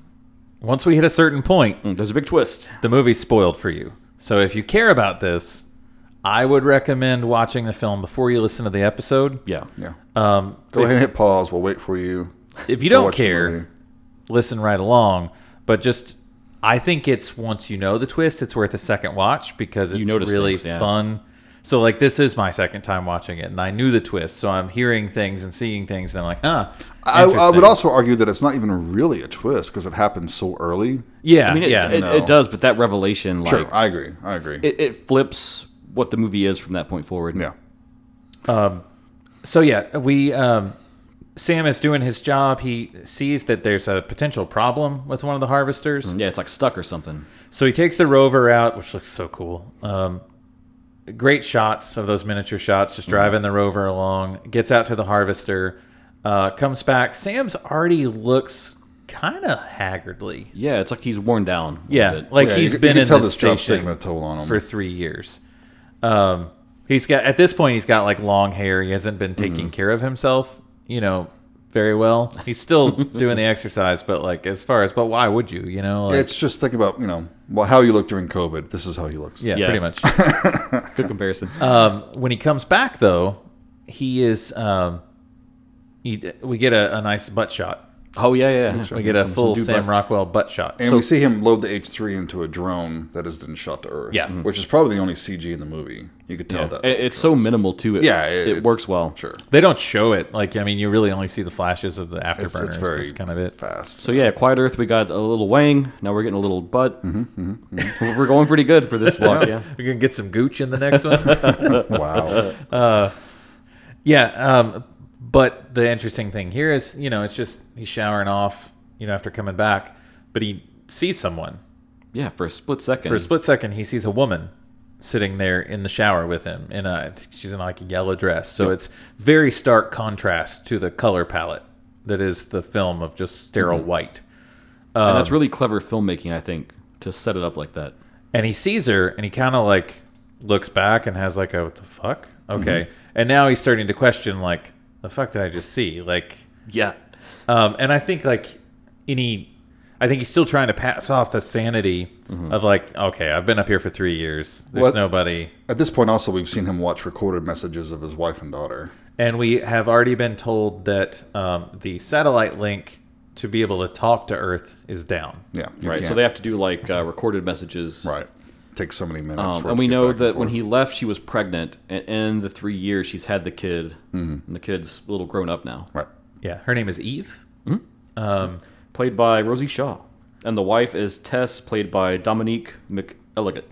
once we hit a certain point Mm, there's a big twist the movie's spoiled for you so if you care about this i would recommend watching the film before you listen to the episode yeah Yeah. Um, Go ahead and hit pause. We'll wait for you. if you Go don't watch the care movie. listen right along but just i think it's once you know the twist it's worth a second watch because it's notice really things, yeah. fun so like this is my second time watching it and i knew the twist so i'm hearing things and seeing things and i'm like huh I, I would interesting. also argue that it's not even really a twist because it happens so early. yeah i mean it, yeah it, No. it does but that revelation like Sure, I agree. I agree. it, it flips what the movie is from that point forward yeah. So yeah, we um, Sam is doing his job. He sees that there's a potential problem with one of the harvesters, Mm-hmm. yeah it's like stuck or something so he takes the rover out, which looks so cool. Um, great shots of those miniature shots, Mm-hmm. just driving the rover along. Gets out to the harvester, uh, comes back. Sam's already looks kind of haggardly. yeah it's like he's worn down a Yeah, bit. like Yeah, he's you, been you can in tell this job's station taking a toll on him. for three years. Um, he's got at this point he's got like long hair. He hasn't been Mm-hmm. taking care of himself, you know, very well. He's [LAUGHS] still doing the exercise, but like as far as but why would you, you know? Like, it's just think about you know well how you look during COVID. This is how he looks. yeah, Yeah. pretty [LAUGHS] much. good comparison um, when he comes back though, he is um, he, we get a, a nice butt shot. oh yeah yeah We get a Some- some full dude Sam butt. Rockwell butt shot. And we see him load the H three into a drone that is then shot to Earth. Yeah. Mhm. which is probably the only CG in the movie. You could tell that. It- it's so minimal too it, yeah, it, it's- works well Sure, They don't show it. Like I mean, you really only see the flashes of the afterburners. it's, it's very That's kind of it. fast. so yeah quiet earth we got a little wang now we're getting a little butt we're going pretty good for this walk yeah We're gonna get some gooch in the next [LAUGHS] one. wow. Yeah, um, but the interesting thing here is, you know, it's just he's showering off, you know, after coming back, but he sees someone. yeah for a split second For a split second, he sees a woman sitting there in the shower with him, and uh, she's in like a yellow dress. So it's very stark contrast to the color palette that is the film of just sterile white. and that's really clever filmmaking, I think, to set it up like that. and he sees her and he kind of like looks back and has like a what the fuck okay and now he's starting to question like the fuck did i just see like Yeah. um and i think like any i think he's still trying to pass off the sanity of like okay i've been up here for three years there's What? nobody At this point, also we've seen him watch recorded messages of his wife and daughter. and we have already been told that um, the satellite link to be able to talk to earth is down Yeah, you Right. So can't- they have to do like uh, recorded messages. right takes so many minutes. Um, for it and to we get know back and that when forth. he left, she was pregnant, and in the three years, she's had the kid, and the kid's a little grown up now. right. yeah her name is eve Played by Rosie Shaw, and the wife is Tess, played by Dominique McElligott.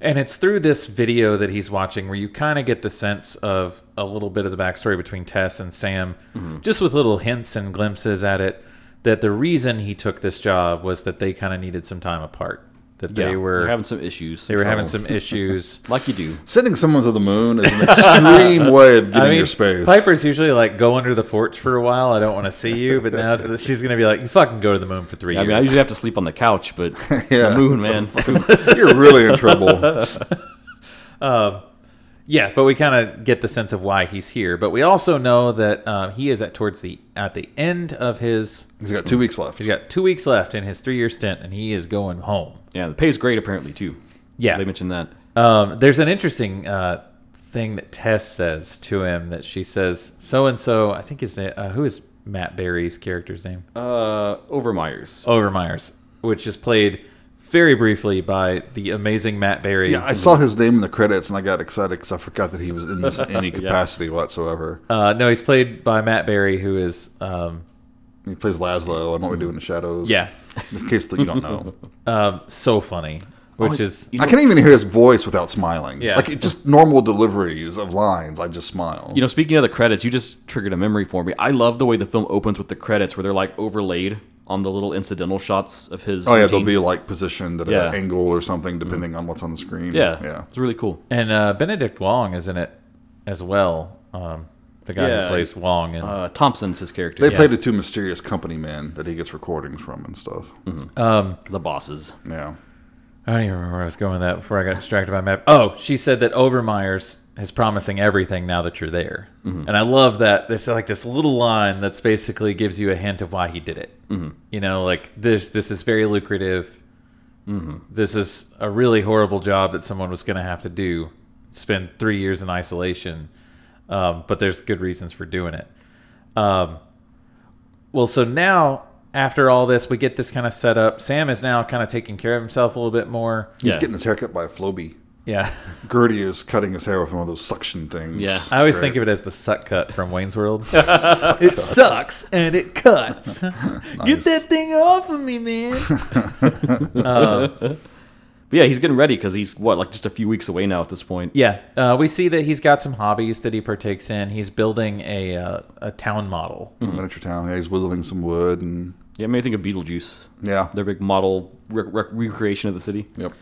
And it's through this video that he's watching where you kind of get the sense of a little bit of the backstory between Tess and Sam, Mm-hmm. just with little hints and glimpses at it. That the reason he took this job was that they kind of needed some time apart. That they were they're having some issues. they were having trouble. [LAUGHS] some issues. like you do. Sending someone to the moon [LAUGHS] is an extreme way of getting I mean, your space. Piper's usually like go under the porch for a while. I don't want to see you, but now [LAUGHS] that she's gonna be like, you fucking go to the moon for three I mean, I years. usually have to sleep on the couch, [LAUGHS] but Yeah. the moon, [LAUGHS] man. [LAUGHS] You're really in trouble. yeah, but we kind of get the sense of why he's here. But we also know that um, he is at towards the at the end of his He's got two weeks left. He's got two weeks left in his three-year stint, and he is going home. [LAUGHS] yeah, the pay's great apparently too. Yeah. they mentioned that. Um, there's an interesting uh, thing that Tess says to him that she says, "So and so, I think his name. Uh, who is Matt Berry's character's name? Uh, Overmeyer's. Overmeyer's, which is played very briefly by the amazing Matt Berry. Yeah, I saw his name in the credits and I got excited because I forgot that he was [LAUGHS] in this in any capacity whatsoever. uh, no, he's played by Matt Berry, who is um, He plays Laszlo and What We Do in the Shadows. yeah, In case that you don't know. um, so funny, which is [LAUGHS] You I know, can't even hear his voice without smiling. Yeah. Like, it just normal deliveries of lines. I just smile. you know, speaking of the credits, you just triggered a memory for me. I love the way the film opens with the credits where they're like overlaid on the little incidental shots of his. Oh yeah, they'll routine. be like positioned at Yeah. Mm-hmm. an angle or something depending on what's on the screen. Yeah, yeah. It's really cool. And uh, Benedict Wong is in it as well. Um, the guy Yeah. who plays Wong and Uh, Thompson's his character. They yeah. play the two mysterious company men that he gets recordings from and stuff. Hmm. the bosses. Yeah, I don't even remember where I was going with that before I got distracted by map. Oh, she said that Overmeyer's is promising everything now that you're there, and I love that. There's like this little line that's basically gives you a hint of why he did it. You know, like this this is very lucrative. This is a really horrible job that someone was going to have to do, spend three years in isolation, um, but there's good reasons for doing it. Um, well, so now after all this, we get this kind of set up. Sam is now kind of taking care of himself a little bit more. yeah. he's getting his hair cut by a Floby. [LAUGHS] Yeah, Gertie is cutting his hair with one of those suction things. Yeah. It's I always great. think of it as the suck cut from Wayne's World. [LAUGHS] it sucks and it [LAUGHS] cuts. Get that thing off of me, man. But yeah, he's getting ready because he's what like just a few weeks away now at this point. [LAUGHS] Yeah, uh, we see that he's got some hobbies that he partakes in. He's building a uh, a town model. miniature town. Yeah, he's whittling some wood and Yeah, it made me think of Beetlejuice. yeah, Their big model rec- rec- recreation of the city. yep.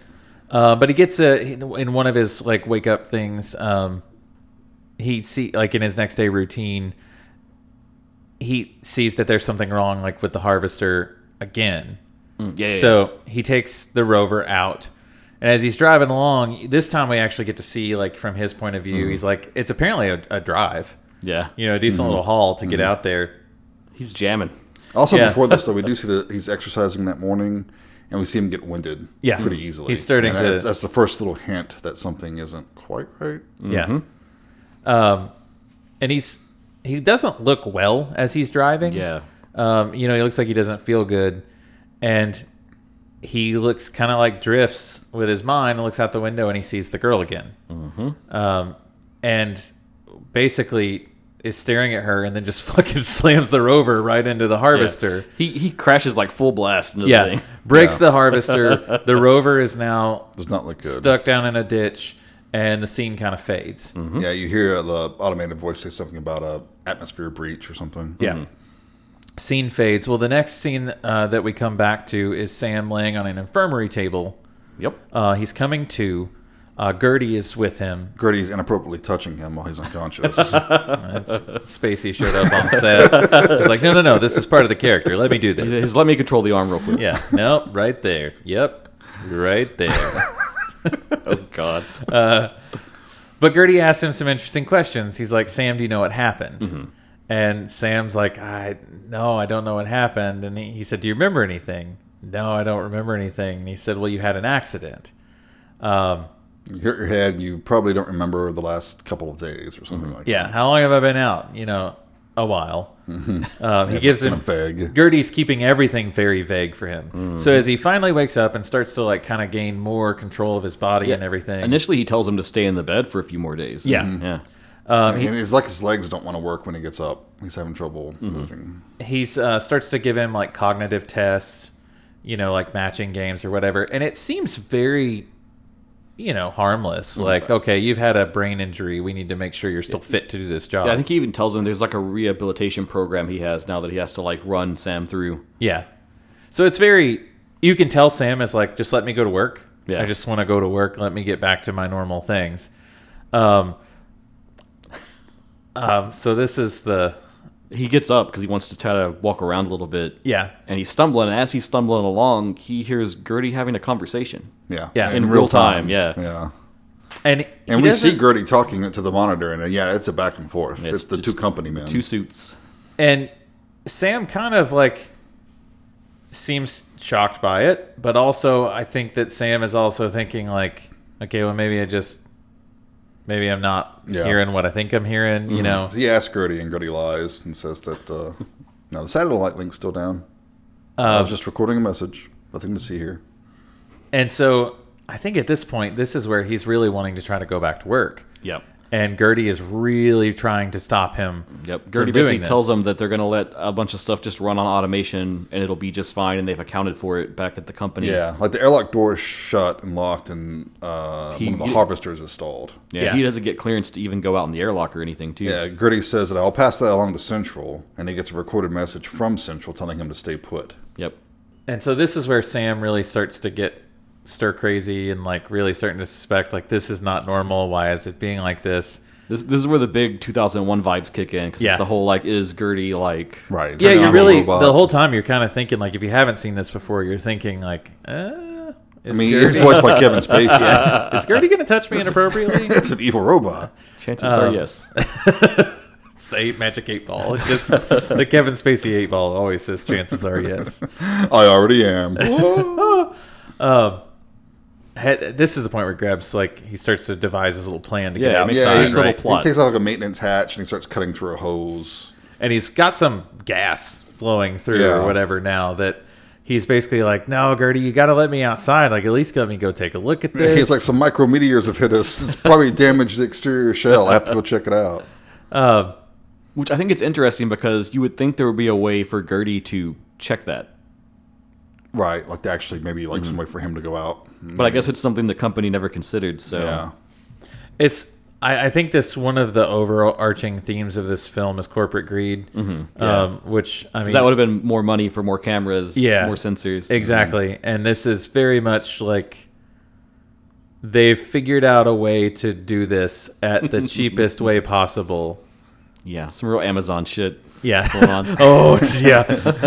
Uh, but he gets a in one of his like wake up things. Um, he see like in his next day routine, he sees that there's something wrong like with the harvester again. Mm. Yeah. yeah, yeah. So he takes the rover out. And as he's driving along, this time we actually get to see, like, from his point of view, he's like, it's apparently a, a drive, yeah, you know, a decent little haul to get out there. he's jamming. Also, Yeah. before this though, [LAUGHS] we do see that he's exercising that morning, and we see him get winded. Yeah. pretty easily. He's starting And to- That's, that's the first little hint that something isn't quite right. Yeah. Um, and he's, he doesn't look well as he's driving. Yeah, Um, you know, he looks like he doesn't feel good. And he looks kind of like drifts with his mind and looks out the window and he sees the girl again. Mm-hmm. Um, and basically is staring at her and then just [LAUGHS] fucking slams the rover right into the harvester. Yeah. He he crashes like full blast into Yeah. the thing. Breaks Yeah. the harvester. the rover is now Does not look good. stuck down in a ditch and the scene kind of fades. Yeah, you hear the automated voice say something about a atmosphere breach or something. Yeah. Scene fades. Well, the next scene uh, that we come back to is Sam laying on an infirmary table. Yep. Uh, he's coming to. Uh, Gertie is with him. Gertie's inappropriately touching him while [LAUGHS] he's unconscious. Spacey showed up on set. He's like, no, no, no. This is part of the character. Let me [LAUGHS] do this. Just let me control the arm real [LAUGHS] quick. Yeah. Nope. Right there. Yep. Right there. Oh God. But Gertie asked him some interesting questions. He's like, Sam, do you know what happened? And Sam's like, I no, I don't know what happened. And he, he said, Do you remember anything? No, I don't remember anything. And he said, Well, you had an accident. Um, you hurt your head. and You probably don't remember the last couple of days or something like Mm-hmm. yeah. How long have I been out? You know, a while. Um, he gives that. Kind him of vague. Gertie's keeping everything very vague for him. Mm-hmm. So as he finally wakes up and starts to like kind of gain more control of his body and everything, Initially, he tells him to stay in the bed for a few more days. Yeah. Yeah. Um, and it's like his legs don't want to work when he gets up. He's having trouble Mm-hmm. moving. he's uh, starts to give him like cognitive tests, you know, like matching games or whatever, and it seems very, you know, harmless. Like, okay, you've had a brain injury. We need to make sure you're still fit to do this job. Mm-hmm. Yeah, I think he even tells him there's like a rehabilitation program he has now that he has to like run Sam through. Yeah. So it's very you can tell Sam is like, just let me go to work. Yeah. I just want to go to work. Let me get back to my normal things. Um, um so this is the He gets up because he wants to try to walk around a little bit. yeah. And he's stumbling, and as he's stumbling along, he hears Gertie having a conversation. Yeah. Yeah, in real time, yeah. Yeah. And And he we see doesn't- Gertie talking to the monitor, and uh, yeah, it's a back and forth. It's It's, the two just company Um, men. Two suits. and Sam kind of like seems shocked by it, but also I think that Sam is also thinking like, okay, well maybe I just maybe I'm not Yeah. hearing what I think I'm hearing, you know. So he asks Gertie, and Gertie lies and says [LAUGHS] that uh, now the satellite link's still down. Uh, I was just recording a message. Nothing to see here. And so I think at this point, this is where he's really wanting to try to go back to work. Yeah. and Gertie is really trying to stop him. Yep. from Gertie basically doing this. tells them that they're going to let a bunch of stuff just run on automation and it'll be just fine, and they've accounted for it back at the company. Yeah, like the airlock door is shut and locked, and uh, one of the you- harvesters is stalled. Yeah, Yeah. He doesn't get clearance to even go out in the airlock or anything, too. Yeah, Gertie says that I'll pass that along to Central, and he gets a recorded message from Central telling him to stay put. Yep. And so this is where Sam really starts to get stir crazy and like really starting to suspect like this is not normal. Why is it being like this? This, this is where the big 2001 vibes kick in because Yeah. it's the whole like is Gertie like Right. he's Yeah, like, you're "I'm a really robot." the whole time you're kind of thinking like if you haven't seen this before, you're thinking like, uh, is [LAUGHS] I mean, Gertie, he's voiced by Kevin [LAUGHS] Spacey. [LAUGHS] is Gertie gonna touch me inappropriately? It's an evil robot. chances Uh, are yes. [LAUGHS] It's the eight magic eight ball. It just the Kevin Spacey eight ball always says chances are yes. I already am. Had- This is the point where Grebs like he starts to devise his little plan to get Yeah, out makes yeah, outside, his he, little right? plan. plot. he takes out like a maintenance hatch and he starts cutting through a hose. and he's got some gas flowing through Yeah. or whatever now that he's basically like, "No, Gertie, you got to let me outside. Like at least let me go take a look at this." He's like, some micrometeors have hit us. It's probably [LAUGHS] damaged the exterior shell. I have to go check it out. Which I think it's interesting because you would think there would be a way for Gertie to check that. Right, like to actually maybe like Mm-hmm. some way for him to go out. But I guess it's something the company never considered. So Yeah. it's I, I think this one of the overarching themes of this film is corporate greed, um, which I mean that would have been more money for more cameras, Yeah. more sensors. Exactly. And this is very much like they've figured out a way to do this at the cheapest way possible. Yeah, some real Amazon shit. Yeah. Going on. [LAUGHS] oh, yeah.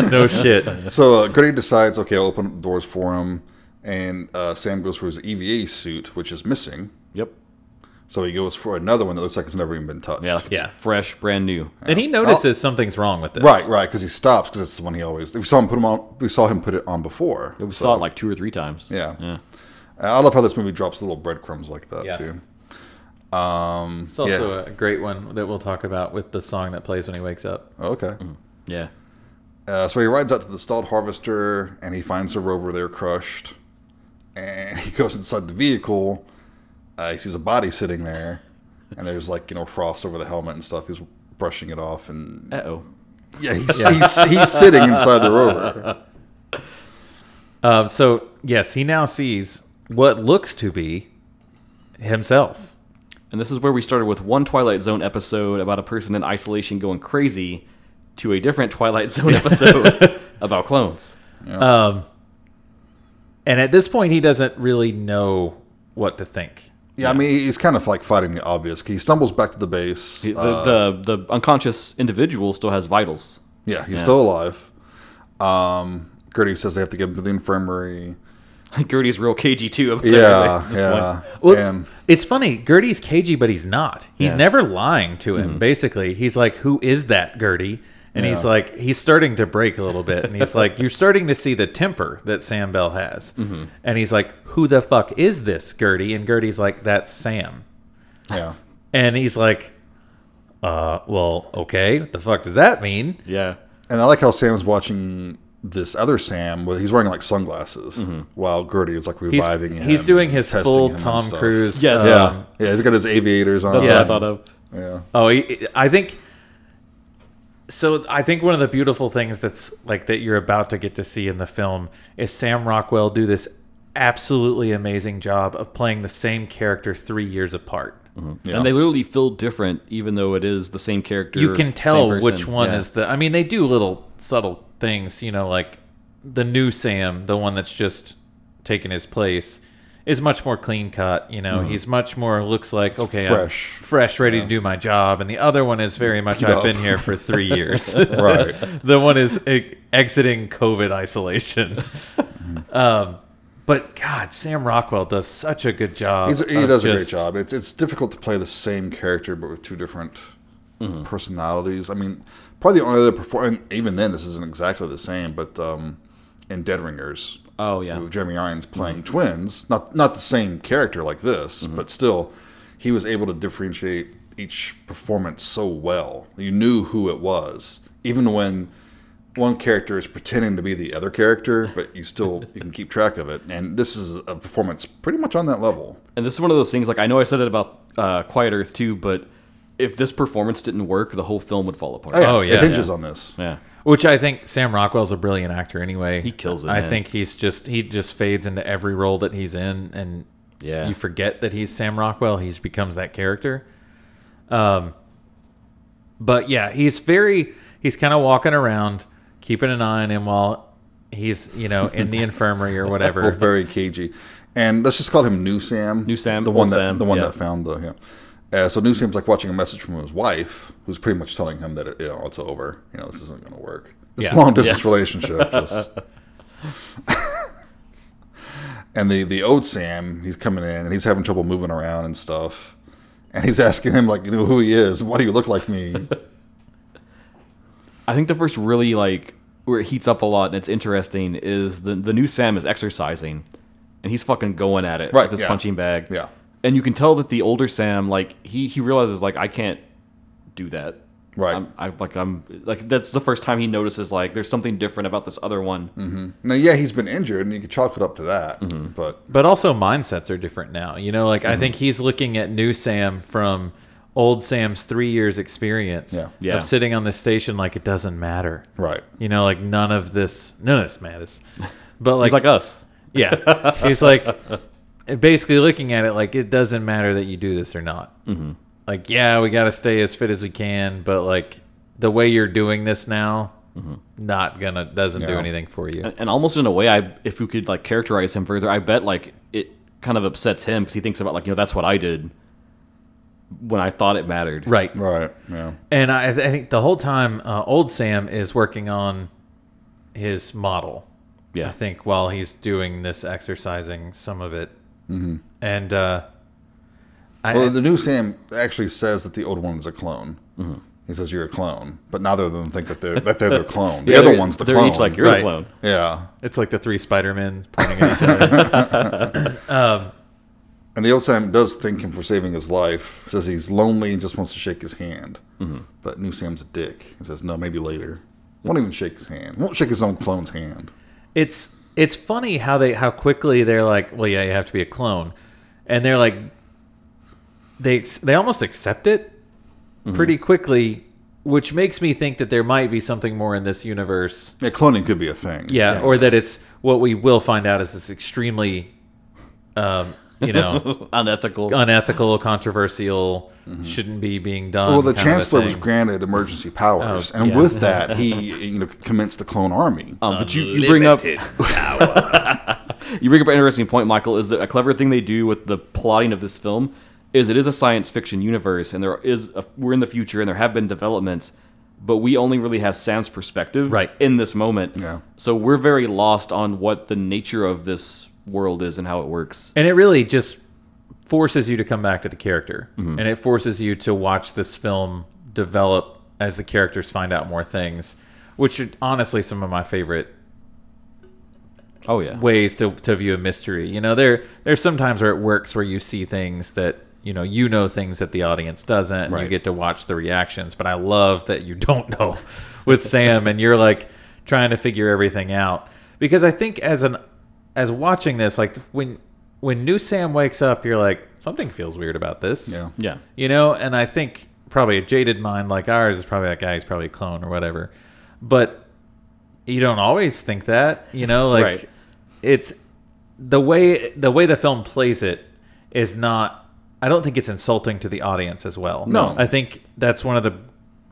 No shit. So uh, Gertie decides, okay, I'll open up the doors for him. And uh, Sam goes for his EVA suit, which is missing. Yep. So he goes for another one that looks like it's never even been touched. Yeah, like it's Yeah. fresh, brand new. And he notices something's wrong with this. Right, right, because he stops because it's the one he always. We saw him put him on. We saw him put it on before. We saw it like two or three times. Yeah. I love how this movie drops little breadcrumbs like that Yeah. too. It's also a great one that we'll talk about with the song that plays when he wakes up. Okay. Yeah. Uh, so he rides out to the stalled harvester and he finds the rover there crushed. And [LAUGHS] he goes inside the vehicle. Uh, he sees a body sitting there, and there's like you know frost over the helmet and stuff. He's brushing it off, [LAUGHS] and Uh oh. yeah, he's, He's, he's sitting inside the [LAUGHS] rover. Um, so, yes, he now sees what looks to be himself. And this is where we started with one Twilight Zone episode about a person in isolation going crazy to a different Twilight [LAUGHS] Zone episode about clones. Um, And at this point, he doesn't really know what to think. Yeah, I mean he's kind of like fighting the obvious. He stumbles back to the base. The, Uh, the, the unconscious individual still has vitals. [LAUGHS] yeah, he's still alive. Um, Gertie says they have to get him to the infirmary. Gertie's real cagey too. about Yeah, everything. yeah. Well, and it's funny. Gertie's cagey, but he's not. He's Yeah. never lying to him. Basically, he's like, "Who is that, Gertie?" And he's Mm-hmm. Yeah. like, he's starting to break a little bit, and [LAUGHS] he's like, "You're starting to see the temper that Sam Bell has." Mm-hmm. And he's like, "Who the fuck is this, Gertie?" And Gertie's like, "That's Sam." yeah. And he's like, "Uh, well, okay. What the fuck does that mean?" Yeah. And I like how Sam's watching this other Sam where he's wearing like sunglasses while Gertie is like He's, reviving him. he's doing and his testing him full and Tom stuff. Cruise. Yes. Yeah. um, yeah, he's got his aviators on. That's Yeah. what I thought of. Yeah. Oh, he- I think. So I think one of the beautiful things that's like that you're about to get to see in the film is Sam Rockwell do this absolutely amazing job of playing the same character three years apart. Yeah. And they literally feel different, even though it is the same character. You can tell same person. which one Yeah. is the. I mean, they do little subtle things, you know, like the new Sam, the one that's just taken his place, is much more clean cut. You Mm-hmm. know, he's much more looks like okay, I'm fresh. fresh, ready to do my job, and the other one is very much I've off. been here for three years. [LAUGHS] [LAUGHS] [LAUGHS] Right. the one is e- exiting COVID [LAUGHS] isolation. um, but God, Sam Rockwell does such a good job. He's, he of does a great just- job. It's it's difficult to play the same character but with two different personalities. I mean, probably the only other performance. Even then, this isn't exactly the same. But um, in Dead Ringers, Oh, yeah. who Jeremy Irons playing twins, not not the same character like this, Mm-hmm. but still, he was able to differentiate each performance so well. You knew who it was, even when one character is pretending to be the other character, but you still you can keep track of it. And this is a performance pretty much on that level. And this is one of those things, like, I know I said it about uh, Quiet Earth 2, but if this performance didn't work, the whole film would fall apart. Oh yeah, Oh, yeah, it hinges on this. Yeah. Which I think Sam Rockwell's a brilliant actor anyway. He kills it, I man. think he's just he just fades into every role that he's in and Yeah. you forget that he's Sam Rockwell, he becomes that character. Um but yeah, he's very he's kind of walking around keeping an eye on him while he's, you know, in the infirmary [LAUGHS] or Both whatever. very cagey. And let's just call him New Sam. New Sam, the one old that Sam, the one yeah. that found the yeah. Uh, so New Sam's like watching a message from his wife, who's pretty much telling him that you know it's over. You know this isn't going to work. This Yeah. long distance relationship [LAUGHS] just. and the the old Sam, he's coming in and he's having trouble moving around and stuff. And he's asking him like you know who he is, why do you look [LAUGHS] like me? I think the first really like where it heats up a lot and it's interesting is the the new Sam is exercising and he's fucking going at it Right, with his yeah. punching bag. Yeah. And you can tell that the older Sam like he he realizes like I can't do that. Right. I'm, I like I'm like that's the first time he notices like there's something different about this other one. Mm-hmm. now yeah, he's been injured, and you could chalk it up to that, Mm-hmm. but But also mindsets are different now. You know, like I think he's looking at new Sam from old Sam's 3 years experience Yeah. Yeah. of sitting on the station like it doesn't matter. right. You know, like none of this, none of this matters. But like, He's like us. yeah, he's like basically looking at it like it doesn't matter that you do this or not. Mm-hmm. Like, yeah, we got to stay as fit as we can, but like the way you're doing this now, not gonna doesn't do Yeah. anything for you. And, and almost in a way, I if we could like characterize him further, I bet like it kind of upsets him because he thinks about like you know that's what I did when I thought it mattered. Right. Right. Yeah. And I, I think the whole time, uh, old Sam is working on his model. Yeah. I think while he's doing this exercising, some of it, and uh, I, Well, the new Sam actually says that the old one is a clone. He says you're a clone, but neither of them think that they're that [LAUGHS] they're the clone. The Yeah, other they're- one's the they're clone. each like you're Right. a clone. yeah, It's like the three Spider Men pointing at each other. and the old Sam does thank him for saving his life. Says he's lonely and just wants to shake his hand. Mm-hmm. But new Sam's a dick. He says no, maybe later. Won't even shake his hand. Won't shake his own clone's hand. It's it's funny how they how quickly they're like, well, yeah, you have to be a clone, and they're like, they they almost accept it pretty quickly, which makes me think that there might be something more in this universe. Yeah, cloning could be a thing. Yeah, or that it's what we will find out is it's extremely, um, [LAUGHS] you know, Unethical. unethical, controversial, shouldn't be being done. Well, the kind of a chancellor was thing. granted emergency powers, Oh, and yeah. with [LAUGHS] that, he you know commenced the clone army. Um, but you, you bring up you bring up an interesting point, Michael. Is that a clever thing they do with the plotting of this film? Is it is a science fiction universe, and there is a, we're in the future, and there have been developments, but we only really have Sam's perspective Right. in this moment. Yeah. So we're very lost on what the nature of this world is and how it works. and it really just forces you to come back to the character and it forces you to watch this film develop as the characters find out more things which are honestly some of my favorite Oh yeah. ways to, to view a mystery you know there there's sometimes where it works where you see things that you know you know things that the audience doesn't and you Right. get to watch the reactions but i love that you [LAUGHS] don't know with sam and you're like trying to figure everything out because i think as an as watching this like when when new sam wakes up you're like something feels weird about this Yeah. Yeah. you know and i think probably a jaded mind like ours is probably like guy he's probably a clone or whatever but you don't always think that [LAUGHS] you know like Right. it's the way the way the film plays it is not i don't think it's insulting to the audience as well No. i think that's one of the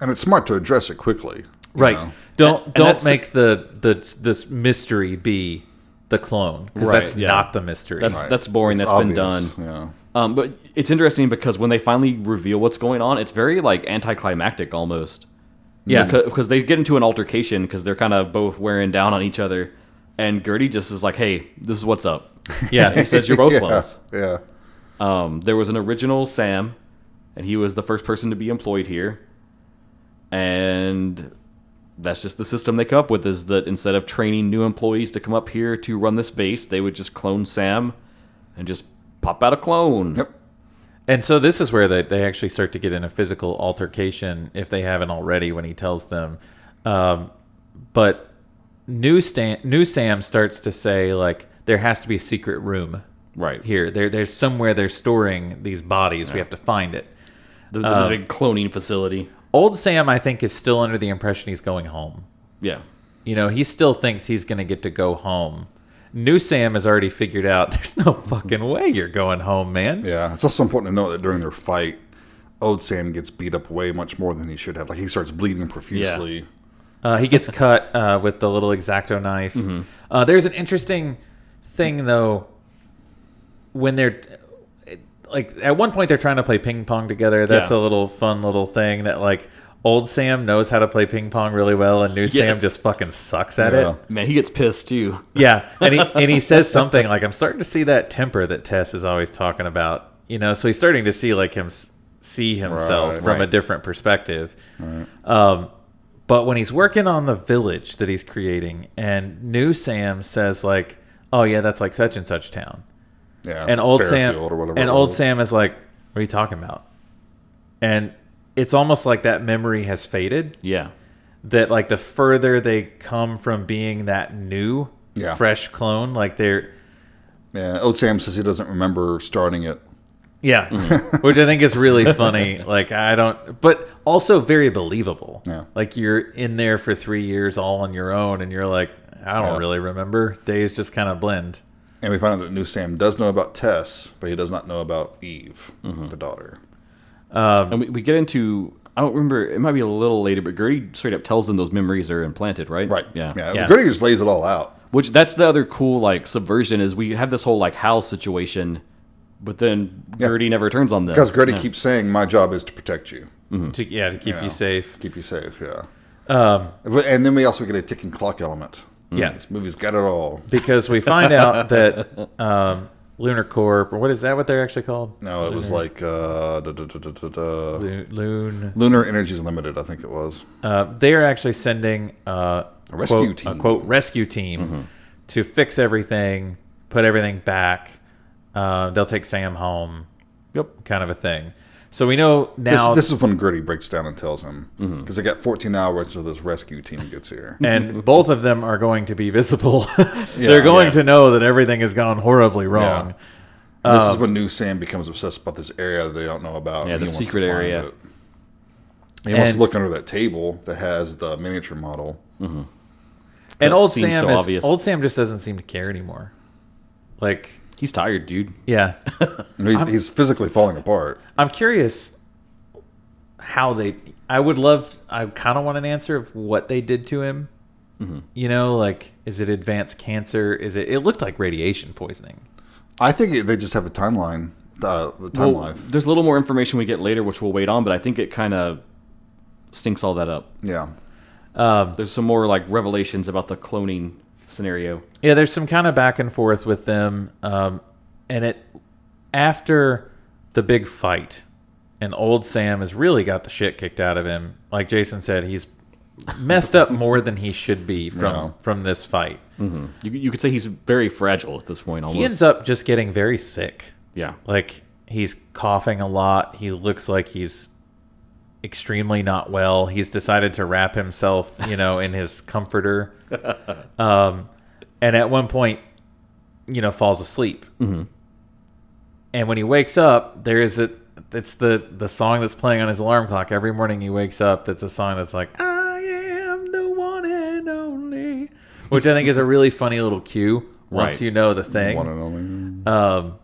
And it's smart to address it quickly. you right know? don't don't that's the- make the, the this mystery be the clone because Right, that's yeah. not the mystery That's- Right. boring, It's that's been obvious, Yeah. Um, but it's interesting because when they finally reveal what's going on, it's very like anticlimactic almost. Yeah. because, because they get into an altercation because they're kind of both wearing down on each other, and Gertie just is like, "Hey, this is what's up." yeah [LAUGHS] He says, "You're both [LAUGHS] yeah, clones." Yeah. Um, there was an original Sam, and he was the first person to be employed here, and that's just the system they come up with. Is that instead of training new employees to come up here to run this base, they would just clone Sam, and just pop out a clone. Yep. And so this is where they, they actually start to get in a physical altercation if they haven't already when he tells them. Um, but new, Stan, new Sam starts to say, like, there has to be a secret room Right. here. There, there's somewhere they're storing these bodies. We have to find it. The, the big cloning facility. Old Sam, I think, is still under the impression he's going home. Yeah. You know, he still thinks he's going to get to go home. New Sam has already figured out [LAUGHS] there's no fucking way you're going home, man. Yeah, it's also important to note that during their fight, Old Sam gets beat up way much more than he should have. Like he starts bleeding profusely. Uh, he gets cut uh, with the little exacto knife. Mm-hmm. Uh, there's an interesting thing though when they're like at one point they're trying to play ping pong together. That's Yeah. a little fun little thing that like old Sam knows how to play ping pong really well, and new Sam Yes. just fucking sucks at Yeah. it. Man, he gets pissed too. Yeah, and he and he says something like, "I'm starting to see that temper that Tess is always talking about." You know, so he's starting to see like him s- see himself Right. from a Right. different perspective. Um, but when he's working on the village that he's creating, and new Sam says like, "Oh yeah, that's like such and such town," Yeah, and old Sam Fairfield or whatever and it old was. Sam is like, "What are you talking about?" And it's almost like that memory has faded Yeah. that like the further they come from being that new Yeah. fresh clone like they're Yeah, old Sam says he doesn't remember starting it. yeah Mm-hmm. [LAUGHS] which i think is really funny like i don't but also very believable Yeah. like you're in there for three years all on your own and you're like i don't Yeah. really remember days just kind of blend And we find out that new Sam does know about Tess, but he does not know about Eve, the daughter. and we, we get into I don't remember. It might be a little later, but Gertie straight up tells them those memories are implanted, right? Right. Yeah. Yeah. Yeah. Gertie just lays it all out. Which that's the other cool like subversion is we have this whole like Hal situation, but then Gertie never turns on them. Because Gertie keeps saying, My job is to protect you, to yeah to keep Mm. Yeah. you safe keep you safe. Yeah. Um, and then we also get a ticking clock element. yeah This movie's got it all. because we find out that um lunar corp or what is that what they're actually called No, it was like uh, da, da, da, da, da, da. Lu- loon Lunar Energies Limited, I think it was. uh, they are actually sending uh, A rescue quote, team. Mm-hmm. a quote rescue team to fix everything, put everything back. Uh, they'll take Sam home, Yep. kind of a thing. So we know This, now, this is when Gertie breaks down and tells him because Mm-hmm. they got 14 hours until this rescue team gets here. [LAUGHS] and both of them are going to be visible. [LAUGHS] Yeah. They're going to know that everything has gone horribly wrong. And this is when New Sam becomes obsessed about this area that they don't know about. Yeah, and the he wants to secret find area. it. He wants to And- look under that table that has the miniature model. And That old seems Sam, so is, obvious. old Sam just doesn't seem to care anymore. Like, He's tired, dude. yeah, And He's, he's physically falling apart. I'm curious how they. I would love. I kind of want an answer of what they did to him. You know, like is it advanced cancer? Is it? It looked like radiation poisoning. I think it- they just have a timeline, uh, the time Well, life. There's a little more information we get later, which we'll wait on, but I think it kind of stinks all that up. Yeah. There's some more like revelations about the cloning scenario. Yeah, there's some kind of back and forth with them, um, and it after the big fight, and old Sam has really got the shit kicked out of him. Like Jason said, he's messed up more than he should be from Yeah. from this fight. You, you could say he's very fragile at this point, He almost. ends up just getting very sick. yeah. Like he's coughing a lot. He looks like he's extremely not well. He's decided to wrap himself, you know, in his comforter. Um, and at one point, you know, falls asleep. Mm-hmm. And when he wakes up, there is a it's the the song that's playing on his alarm clock every morning. He wakes up. That's a song that's like I am the one and only, which I think is a really funny little cue. Once Right. you know the thing, One and only.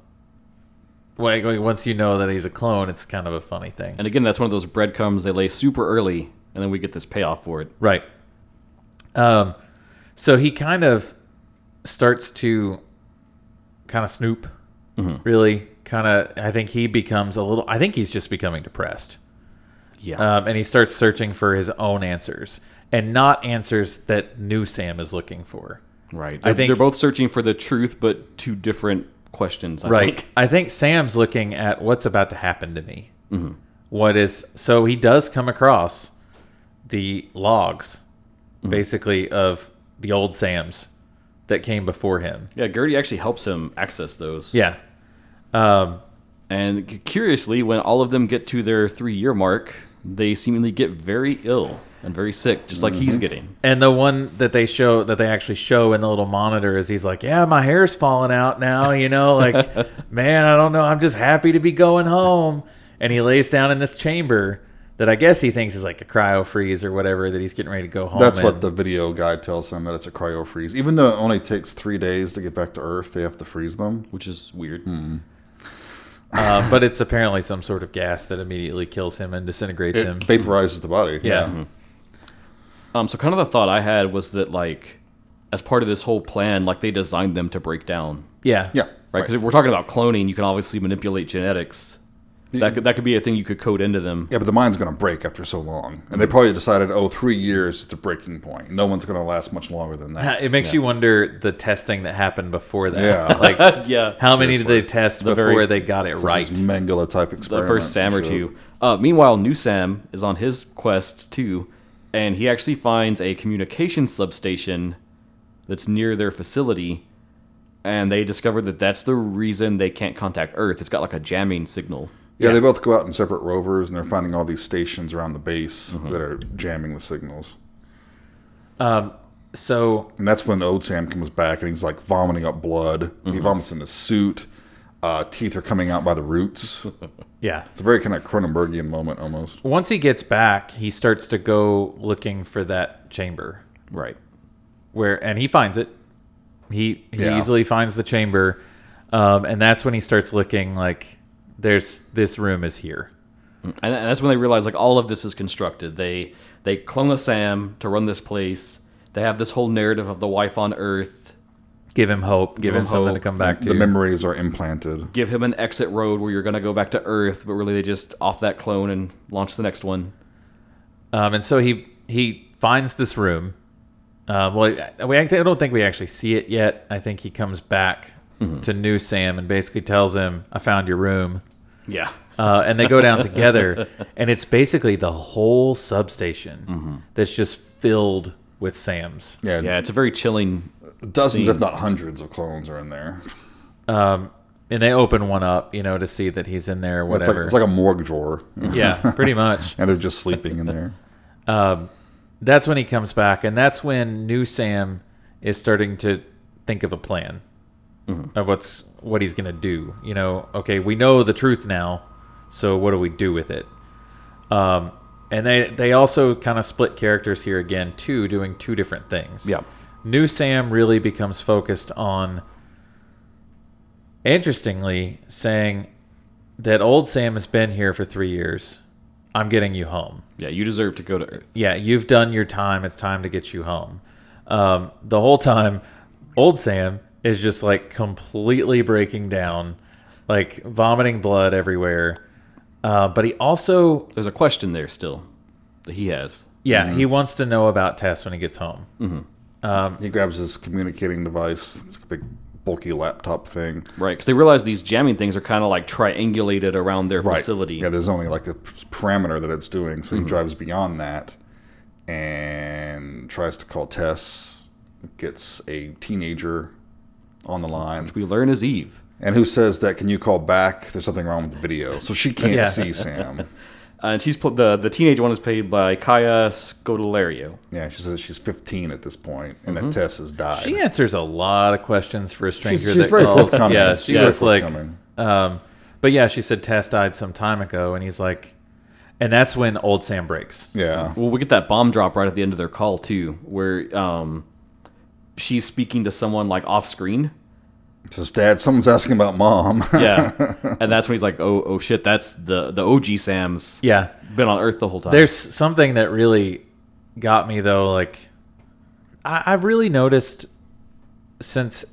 Wait, wait, once you know that he's a clone, it's kind of a funny thing. And again, that's one of those breadcrumbs they lay super early, and then we get this payoff for it. Right. Um, so he kind of starts to kind of snoop, really. Kind of, I think he becomes a little, I think he's just becoming depressed. Yeah. Um, and he starts searching for his own answers and not answers that new Sam is looking for. Right. I They're, think- they're both searching for the truth, but two different questions. I Right. Think. I think Sam's looking at what's about to happen to me. Mm-hmm. What is so he does come across the logs, Mm-hmm. basically of the old Sam's that came before him. Yeah. Gertie actually helps him access those. Yeah, And c- curiously, when all of them get to their three-year mark, they seemingly get very ill. and very sick, just like Mm-hmm. he's getting. And the one that they show that they actually show in the little monitor is he's like, "Yeah, my hair's falling out now, you know, [LAUGHS] like man, I don't know, I'm just happy to be going home." And he lays down in this chamber that I guess he thinks is like a cryo freeze or whatever that he's getting ready to go home. That's in. what the video guy tells him that it's a cryo freeze. Even though it only takes three days to get back to Earth, they have to freeze them. Which is weird. Hmm. uh, but it's apparently some sort of gas that immediately kills him and disintegrates It him. vaporizes the body. Yeah. Um, so kind of the thought I had was that like, as part of this whole plan, like they designed them to break down, Yeah. Yeah. right? Because if we're talking about cloning, you can obviously manipulate genetics. That could, that could be a thing you could code into them. [LAUGHS] Yeah, but the mind's going to break after so long. And they probably decided, oh, three years is the breaking point. No one's going to last much longer than that. It makes you wonder the testing that happened before that. Yeah. [LAUGHS] Like yeah, how many did Seriously. they test before very- they got it [LAUGHS] right? These Mengele type experiments. the first Sam or and shit. two. Uh, meanwhile, New Sam is on his quest too, and he actually finds a communication substation that's near their facility, and they discover that that's the reason they can't contact Earth. It's got like a jamming signal. Yeah, they both go out in separate rovers and they're finding all these stations around the base that are jamming the signals. So And that's when old Sam comes back and he's like vomiting up blood. He vomits in his suit. Uh, teeth are coming out by the roots. It's yeah. a very kind of Cronenbergian moment almost. Once he gets back, he starts to go looking for that chamber Right. where, and he finds it. He he Yeah. easily finds the chamber, um, and that's when he starts looking like there's this room is here. and, and that's when they realize like all of this is constructed. They they clone a Sam to run this place. They have this whole narrative of the wife on Earth. Give him hope. Give, him him, something hope. to come back to. The memories are implanted. Give him an exit road where you're gonna go back to Earth, but really they just off that clone and launch the next one. Um, and so he he finds this room. Uh, well, I- we act- I don't think we actually see it yet. I think he comes back Mm-hmm. to New Sam and basically tells him, "I found your room," Yeah. uh, and they go down [LAUGHS] together. And it's basically the whole substation Mm-hmm. that's just filled with Sams. Yeah, Yeah, it's a very chilling. dozens, if not hundreds, of clones are in there. And they open one up, you know, to see that he's in there, or It's like, whatever. it's like a morgue drawer. [LAUGHS] yeah, pretty much. and they're just sleeping in there. that's when he comes back, and that's when new Sam is starting to think of a plan of what's what he's gonna do. You know, okay, we know the truth now, so what do we do with it? Um, and they they also kind of split characters here again too, doing two different things. Yeah. New Sam really becomes focused on, interestingly, saying that old Sam has been here for three years. I'm getting you home Yeah, you deserve to go to Earth. yeah, you've done your time. It's time to get you home. Um, the whole time, old Sam is just like completely breaking down, like vomiting blood everywhere. Uh, but he also, There's a question there still that he has. yeah, Mm-hmm. he wants to know about Tess when he gets home. He grabs his communicating device. It's a big, bulky laptop thing. Right, because they realize these jamming things are kind of like triangulated around their Right. facility. Yeah, there's only like a p- parameter that it's doing. So he drives beyond that and tries to call Tess, gets a teenager on the line, We learn as Eve. and who says that, Can you call back? There's something wrong with the video. So she can't Yeah. see Sam. Uh, And she's pl- the the teenage one is played by Kaya Scodelario. Yeah, she says she's 15 at this point and that Tess has died. She answers a lot of questions for a stranger. she's she's that very calls. forthcoming. Yeah, she's she's very just like, forthcoming. um, but yeah, she said Tess died some time ago, and he's like, and that's when old Sam breaks. Yeah. Well, we get that bomb drop right at the end of their call too, where um, she's speaking to someone like off screen. Says, Dad, someone's asking about mom. [LAUGHS] Yeah, [LAUGHS] and that's when he's like, "Oh, oh shit, that's the the OG Sam's Yeah, been on Earth the whole time." There's something that really got me though. Like, I, I've really noticed since,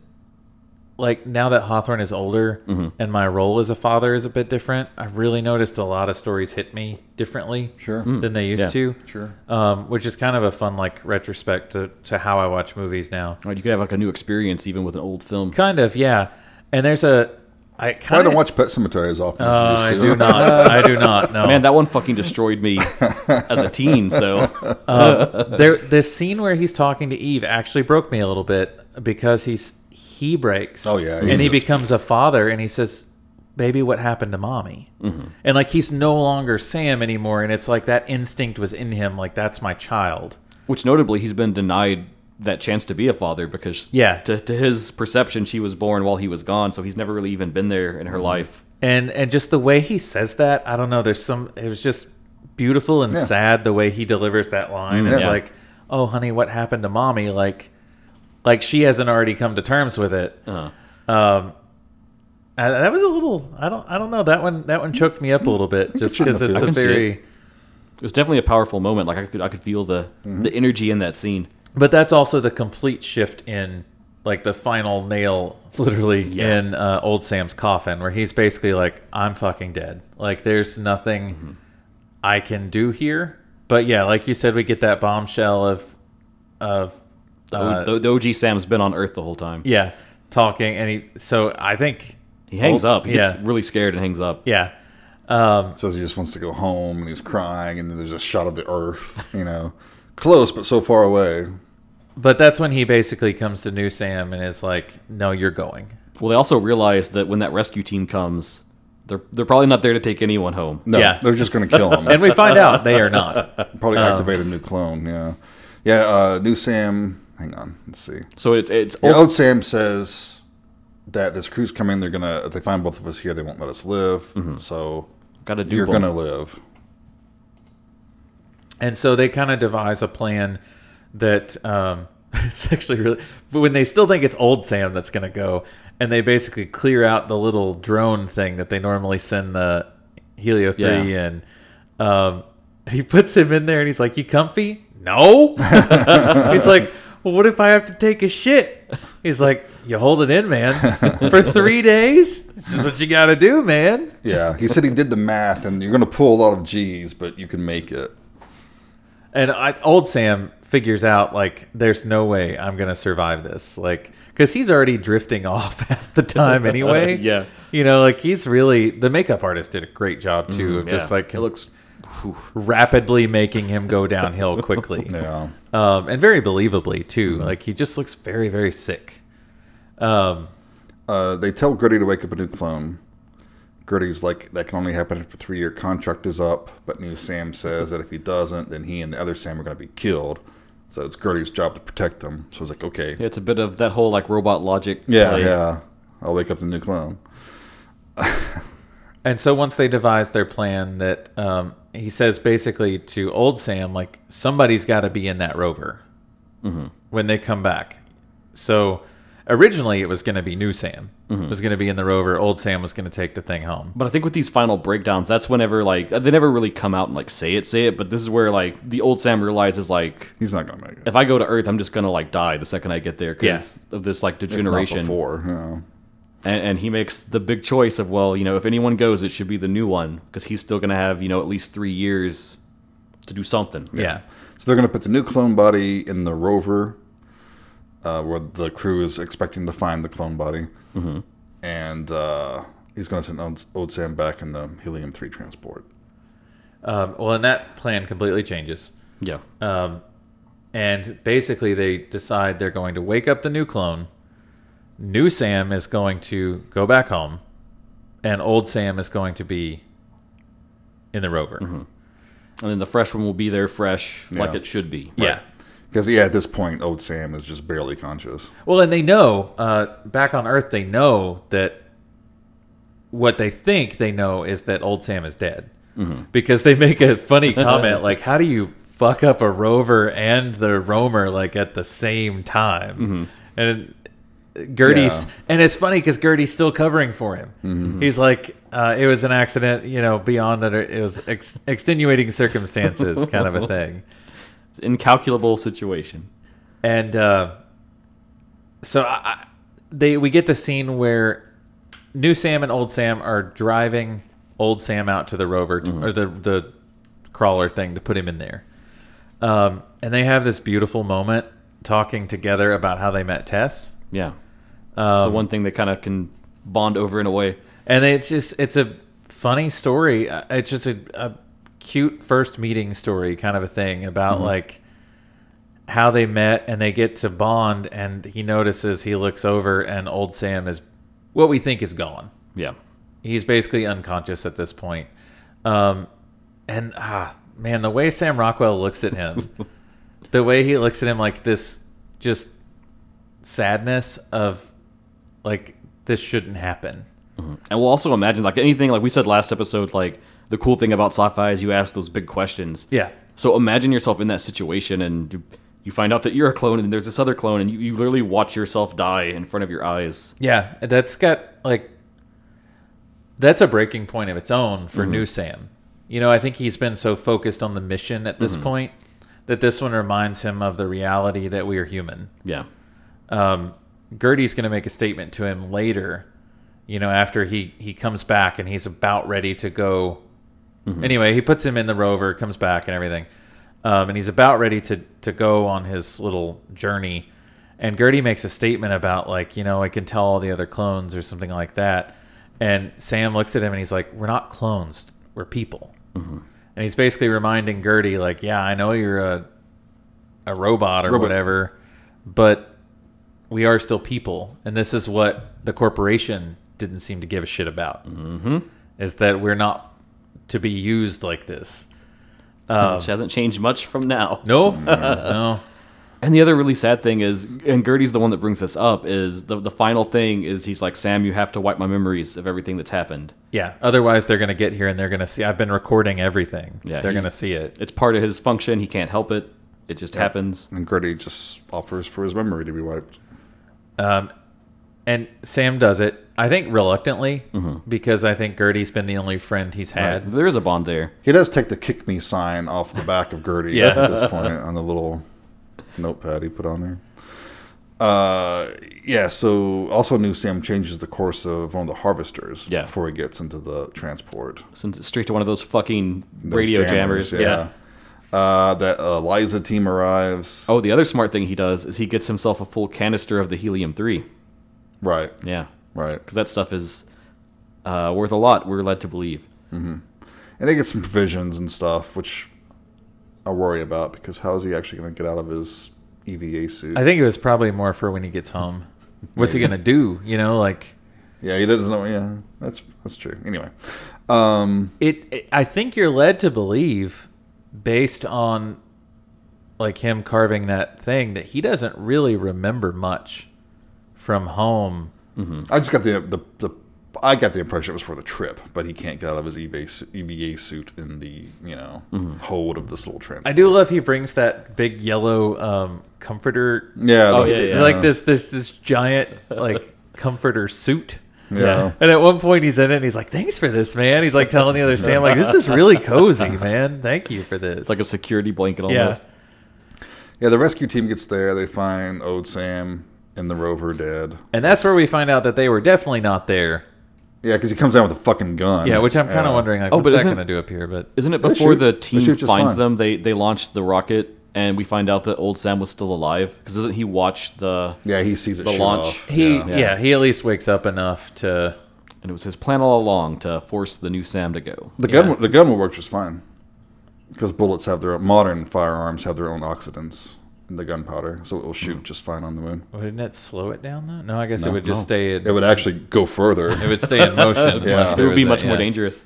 like, now that Hawthorne is older Mm-hmm. and my role as a father is a bit different, I've really noticed a lot of stories hit me differently Sure. than they used Hmm. Yeah. to. Sure. Um, which is kind of a fun like retrospect to, to how I watch movies now. Right, you could have like a new experience even with an old film. Kind of, yeah. And there's a I kind I don't of watch Pet Cemetery as often. Uh, as I you used do to. not. I do [LAUGHS] not. No. Man, that one fucking destroyed [LAUGHS] me as a teen. So Um, there this scene where he's talking to Eve actually broke me a little bit because he's he breaks. Oh, yeah, he and he just- becomes a father and he says, baby, what happened to mommy? Mm-hmm. And like he's no longer Sam anymore, and it's like that instinct was in him, like that's my child. Which notably, he's been denied that chance to be a father because Yeah. to, to his perception, she was born while he was gone, so he's never really even been there in her Mm-hmm. life. and and just the way he says that i don't know there's some it was just beautiful and Yeah. Mm-hmm. sad the way he delivers that line it's Yeah. like oh honey what happened to mommy like like she hasn't already come to terms with it Uh, um I, that was a little i don't i don't know that one that one choked me up a little bit just shouldn't because have it's a feel- I can see very it was definitely a powerful moment. Like I could I could feel the Mm-hmm. the energy in that scene. but that's also the complete shift in like the final nail literally Yeah. in uh, old sam's coffin where he's basically like i'm fucking dead like there's nothing Mm-hmm. i can do here but yeah like you said we get that bombshell of of uh, the, the OG Sam's been on Earth the whole time. yeah talking and he so i think He hangs Well, up. He gets yeah. really scared and hangs up. yeah Uh, Says he just wants to go home and he's crying, and then there's a shot of the earth, you know, close but so far away. but that's when he basically comes to new sam and is like no you're going Well, they also realize that when that rescue team comes, they're they're probably not there to take anyone home. No, Yeah. they're just going to kill him. [LAUGHS] and we find out they are [LAUGHS] not Probably activate Um, a new clone. Yeah, yeah. Uh, new Sam. Hang on. Let's see. So it's it's Yeah, also, old Sam says that this crew's coming. They're gonna. If they find both of us here, they won't let us live. So got to do. you're both. gonna live. And so they kind of devise a plan that um, [LAUGHS] it's actually really. But when they still think it's old Sam that's going to go, and they basically clear out the little drone thing that they normally send the Helio three Yeah. in. Um, he puts him in there, and he's like, "You comfy? No." he's like, "Well, what if I have to take a shit?" He's like, "You hold it in, man, for three days. This is what you got to do, man." Yeah, he said he did the math, and you're gonna pull a lot of G's, but you can make it. And I, old Sam figures out like there's no way I'm gonna survive this, like because he's already drifting [LAUGHS] off half the time anyway. [LAUGHS] Yeah. you know, like he's really the makeup artist did a great job too of Mm-hmm. Yeah. just like it looks. rapidly making him [LAUGHS] go downhill quickly, Yeah, um, and very believably too. Mm-hmm. Like he just looks very very sick. Um, uh, they tell Gertie to wake up a new clone. Gertie's like, that can only happen if a three year contract is up. But new Sam says that if he doesn't, then he and the other Sam are gonna be killed. So it's Gertie's job to protect them. So it's like, okay, It's a bit of that whole like robot logic. yeah, play. yeah. I'll wake up the new clone. And so once they devise their plan, that um, he says basically to old Sam, like somebody's got to be in that rover when they come back. So originally it was going to be new Sam was going to be in the rover. Old Sam was going to take the thing home. But I think with these final breakdowns, that's whenever like they never really come out and like say it, say it. But this is where like the old Sam realizes like He's not gonna make it. if I go to Earth, I'm just gonna like die the second I get there because Yeah. of this like It's not degeneration. And, before. Yeah. and he makes the big choice of well, you know, if anyone goes, it should be the new one because he's still gonna have you know at least three years to do something. Yeah. So they're going to put the new clone body in the rover, uh, where the crew is expecting to find the clone body, and uh, he's going to send old, old Sam back in the helium three transport. Um, well, and that plan completely changes. Yeah. And basically, they decide they're going to wake up the new clone. New Sam is going to go back home, and old Sam is going to be in the rover. and then the fresh one will be there fresh like Yeah. it should be. Yeah. Because yeah, at this point, old Sam is just barely conscious. Well, and they know uh, back on Earth, they know that what they think they know is that old Sam is dead because they make a funny comment like, "How do you fuck up a rover and the roamer like at the same time?" And Gertie's Yeah. and it's funny because Gertie's still covering for him. He's like, uh, "It was an accident, you know, beyond that it was ex- extenuating circumstances, kind of a thing." It's an incalculable situation. And uh, so I, I- they we get the scene where new Sam and old Sam are driving old Sam out to the rover to- or the the crawler thing to put him in there. Um, and they have this beautiful moment talking together about how they met Tess. Yeah. it's the one thing they kind of can bond over in a way. and it's just it's a funny story Uh, it's just a, a cute first meeting story kind of a thing about like how they met and they get to bond and he notices he looks over and old sam is what we think is gone Yeah. He's basically unconscious at this point. Um, and ah, man, the way Sam Rockwell looks at him, the way he looks at him like this, just sadness of like this shouldn't happen. And we'll also imagine like anything like we said last episode, like the cool thing about sci-fi is you ask those big questions. Yeah, So imagine yourself in that situation and you, you find out that you're a clone and there's this other clone and you, you literally watch yourself die in front of your eyes. yeah, that's got like that's a breaking point of its own for new Sam. You know, I think he's been so focused on the mission at this point that this one reminds him of the reality that we are human. Yeah. um, Gertie's going to make a statement to him later, you know, after he, he comes back and he's about ready to go. Mm-hmm. Anyway, he puts him in the rover, comes back and everything. Um, and he's about ready to, to go on his little journey. And Gertie makes a statement about, like, you know, I can tell all the other clones or something like that. And Sam looks at him and he's like, we're not clones, we're people. And he's basically reminding Gertie, like, yeah, I know you're a, a robot or Robot. whatever, but we are still people, and this is what the corporation didn't seem to give a shit about. Mm-hmm. Is that we're not to be used like this? Um, Which hasn't changed much from now. No, [LAUGHS] no, And the other really sad thing is, and Gertie's the one that brings this up, is the, the final thing is he's like, Sam, you have to wipe my memories of everything that's happened. yeah. Otherwise, they're gonna get here and they're gonna see. I've been recording everything. Yeah, they're he- gonna see it. It's part of his function. He can't help it. It just happens. And Gertie just offers for his memory to be wiped. And Sam does it. I think reluctantly Mm-hmm. because I think Gertie's been the only friend he's had. There is a bond there. He does take the kick me sign off the back of Gertie Yeah. at this point on the little notepad he put on there. Uh, yeah, so also new Sam changes the course of one of the harvesters Yeah. before he gets into the transport. Sends it straight to one of those fucking Those radio jammers. Yeah. Uh, that Eliza team arrives. Oh, the other smart thing he does is he gets himself a full canister of the helium three. Right, Yeah, right. because that stuff is uh, worth a lot. We're led to believe. And they get some provisions and stuff, which I worry about because how is he actually going to get out of his EVA suit? I think it was probably more for when he gets home. What's he gonna do? You know, like yeah, he doesn't know. Yeah, that's that's true. Anyway, um, it, it i think you're led to believe based on like him carving that thing that he doesn't really remember much from home I just got the, the the I got the impression it was for the trip, but he can't get out of his EVA, su- EVA suit in the you know hold of this little Mm-hmm. i transport. do love he brings that big yellow um comforter Yeah, Oh, the- yeah, yeah. like this this this giant like [LAUGHS] comforter suit Yeah. and at one point he's in it and he's like thanks for this man he's like telling the other sam like this is really cozy man thank you for this Like a security blanket yeah almost. yeah. The rescue team gets there. They find old Sam and the rover dead. and that's where we find out that they were definitely not there Yeah, because he comes down with a fucking gun. Yeah, which I'm kind of Mm. Yeah. wondering, like, Oh, what's but that isn't- going to do up here? But Isn't it before shoot- the they team shoot just finds fine. them? They they launched the rocket, and we find out that old Sam was still alive. Because doesn't he watch the? Yeah, he sees it The shoot launch. off. he, yeah. yeah. he at least wakes up enough to. And it was his plan all along to force the new Sam to go. the gun the gun will work just fine because bullets have their own, modern firearms have their own oxidants in the gunpowder, so it will shoot just fine on the moon. Wouldn't it slow it down though? No, I guess Mm. it would just stay. In, It would actually [LAUGHS] go further. it would stay in motion. Yeah. yeah, It It would be much more dangerous.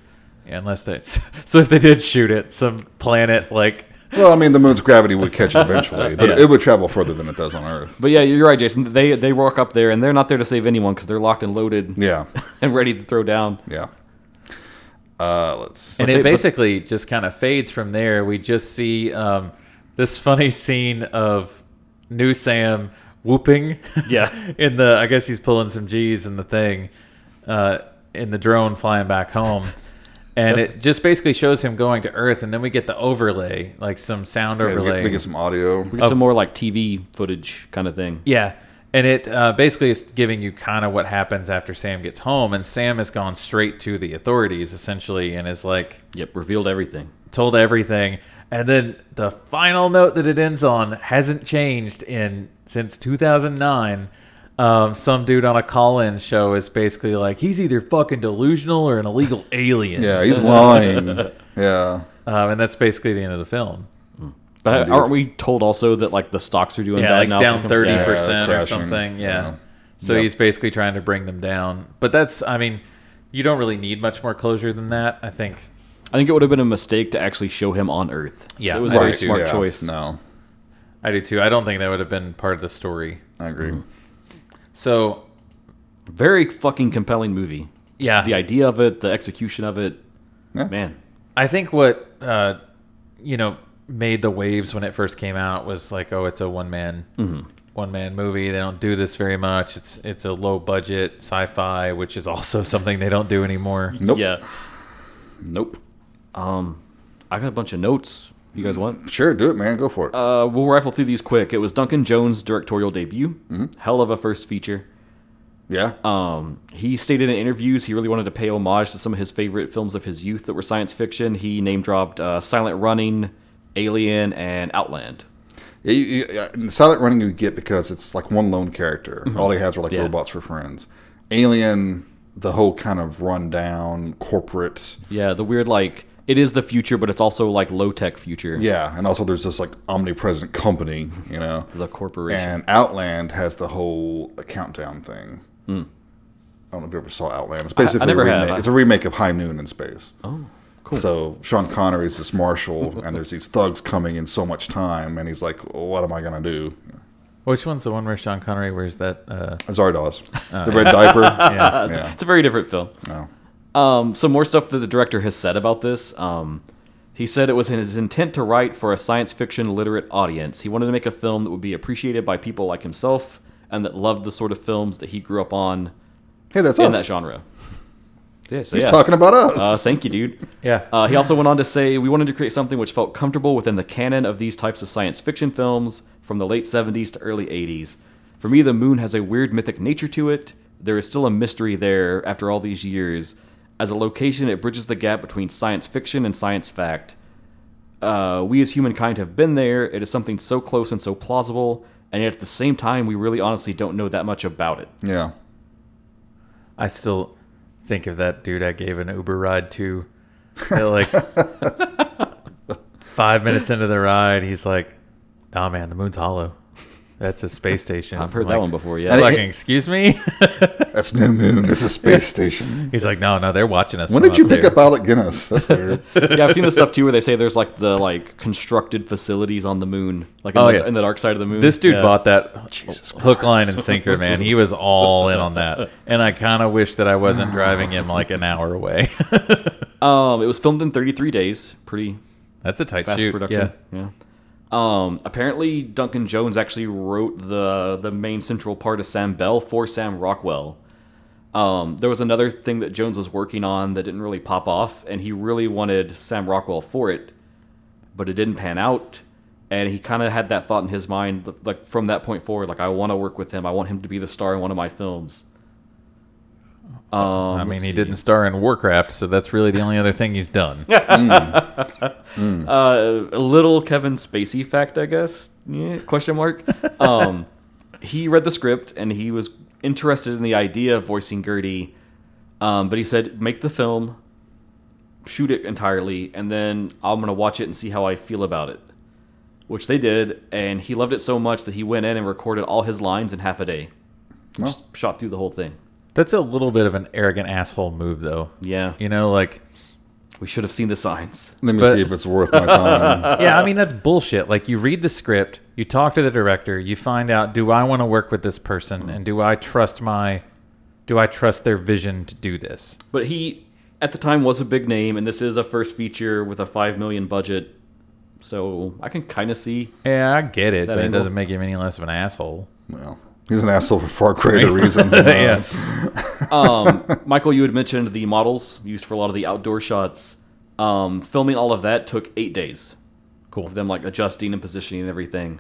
Yeah, unless they. [LAUGHS] So if they did shoot it, some planet like Well, I mean, the moon's gravity would catch [LAUGHS] it eventually, but Yeah. it would travel further than it does on Earth. But yeah, you're right, Jason. They they walk up there, and they're not there to save anyone because they're locked and loaded Yeah, and ready to throw down. yeah. Uh, let's. and they- it but- basically just kind of fades from there. We just see um, this funny scene of new Sam whooping. [LAUGHS] Yeah. in the I guess he's pulling some G's in the thing, uh, in the drone flying back home. And it just basically shows him going to Earth, and then we get the overlay, like some sound yeah, we, overlay. get, we get some audio. We get some more like TV footage kind of thing. Yeah. And it uh, basically is giving you kind of what happens after Sam gets home. And Sam has gone straight to the authorities, essentially, and is like Yep, revealed everything. told everything. And then the final note that it ends on hasn't changed in since 2009. Um, some dude on a call-in show is basically like he's either fucking delusional or an illegal alien. [LAUGHS] Yeah, he's lying. yeah, Um, and that's basically the end of the film. But aren't we told also that like the stocks are doing yeah, bad like now? down thirty Yeah. Yeah, percent or crashing. something. Yeah. Yeah. So Yep. he's basically trying to bring them down. But that's I mean, you don't really need much more closure than that. I think I think it would have been a mistake to actually show him on Earth. So Yeah, it was I a very do too. smart yeah, choice. No, I do too. I don't think that would have been part of the story. I agree. Mm-hmm. So Very fucking compelling movie. Just Yeah. the idea of it, the execution of it, Yeah. man. I think what uh, you know made the waves when it first came out was like, oh, it's a one man Mm-hmm. one man movie. They don't do this very much. It's it's a low budget sci fi, which is also [LAUGHS] something they don't do anymore. Nope. Yeah, Nope. I got a bunch of notes. You guys want? Sure, do it, man. Go for it. Uh, we'll rifle through these quick. It was Duncan Jones' directorial debut. Mm-hmm. Hell of a first feature. yeah. Um, he stated in interviews he really wanted to pay homage to some of his favorite films of his youth that were science fiction. He name dropped uh, Silent Running, Alien, and Outland. Yeah, you, you, yeah, and Silent Running you get because it's like one lone character. All he has are like Mm-hmm. Yeah. robots for friends. Alien, the whole kind of rundown corporate. Yeah, the weird like it is the future, but it's also like low tech future. Yeah, and also there's this like omnipresent company, you know. The corporation. And Outland has the whole countdown thing. I don't know if you ever saw Outland. It's basically never a remake. have. It's a remake of High Noon in space. oh, So Sean Connery is this marshal, and there's these thugs coming in so much time, and he's like, "What am I gonna do?" Which one's the one where Sean Connery wears that? Uh, Zardoz, the red diaper. yeah. yeah. it's a very different film. No. Um, some more stuff that the director has said about this. Um, he said it was in his intent to write for a science fiction literate audience. He wanted to make a film that would be appreciated by people like himself and that loved the sort of films that he grew up on Hey, that's in us. that genre. Yeah, so He's yeah. talking about us. Uh, thank you, dude. yeah. Uh, he also went on to say, We wanted to create something which felt comfortable within the canon of these types of science fiction films from the late 70s to early 80s. For me, the moon has a weird mythic nature to it. There is still a mystery there after all these years. As a location, it bridges the gap between science fiction and science fact. Uh, we as humankind have been there. It is something so close and so plausible, and yet at the same time, we really honestly don't know that much about it. Yeah. I still think of that dude I gave an Uber ride to. At like [LAUGHS] five minutes into the ride, he's like, "Oh man, the moon's hollow. That's a space station." [LAUGHS] I've heard I'm that like, one before, yeah. And it- Fucking excuse me. [LAUGHS] That's no moon. It's a space station. He's like, no, no, they're watching us. When from did you pick there." up Alec Guinness? That's weird. yeah, I've seen this stuff too, where they say there's like the like constructed facilities on the moon, like in, Oh, the, yeah. in the dark side of the moon. This dude Yeah. bought that Jesus [LAUGHS] hook, line, and sinker, man. He was all in on that, and I kind of wish that I wasn't driving him like an hour away. [LAUGHS] Um, it was filmed in 33 days, pretty That's a tight fast shoot. production. Yeah. Um, apparently, Duncan Jones actually wrote the the main central part of Sam Bell for Sam Rockwell. Um, there was another thing that Jones was working on that didn't really pop off, and he really wanted Sam Rockwell for it, but it didn't pan out. And he kind of had that thought in his mind, like from that point forward, like I want to work with him. I want him to be the star in one of my films. Um, I mean, let's he see. didn't star in Warcraft, so that's really the only other thing he's done. uh, a little Kevin Spacey fact, I guess. Yeah, question mark. Um, he read the script and he was interested in the idea of voicing Gertie, um, but he said, "Make the film, shoot it entirely, and then I'm gonna watch it and see how I feel about it." Which they did, and he loved it so much that he went in and recorded all his lines in half a day. Well. Just shot through the whole thing. That's a little bit of an arrogant asshole move, though. Yeah, You know, like, we should have seen the signs. Let me But- see if it's worth my [LAUGHS] time. yeah, I mean, that's bullshit. Like, you read the script, you talk to the director, you find out, do I want to work with this person, and do I trust my, do I trust their vision to do this? But he, at the time, was a big name, and this is a first feature with a five million budget, so I can kind of see. Yeah, I get it, but angle. it doesn't make him any less of an asshole. well, he's an asshole for far greater reasons. Than yeah, that. Um, Michael, you had mentioned the models used for a lot of the outdoor shots. Um, filming all of that took eight days. Cool. Of them like adjusting and positioning and everything.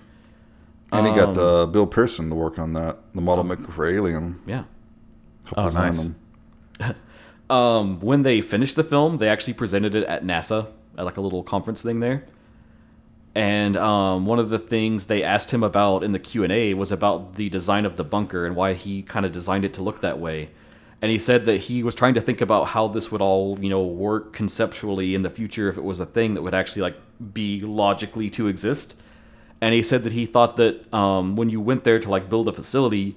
And he got Um, the Bill Pearson to work on that, the model maker for Alien. Yeah. Helped Oh, design nice. them. Um, when they finished the film, they actually presented it at NASA at like a little conference thing there. And um, one of the things they asked him about in the Q and A was about the design of the bunker and why he kind of designed it to look that way. And he said that he was trying to think about how this would all, you know, work conceptually in the future if it was a thing that would actually like be logically to exist. And he said that he thought that um, when you went there to like build a facility,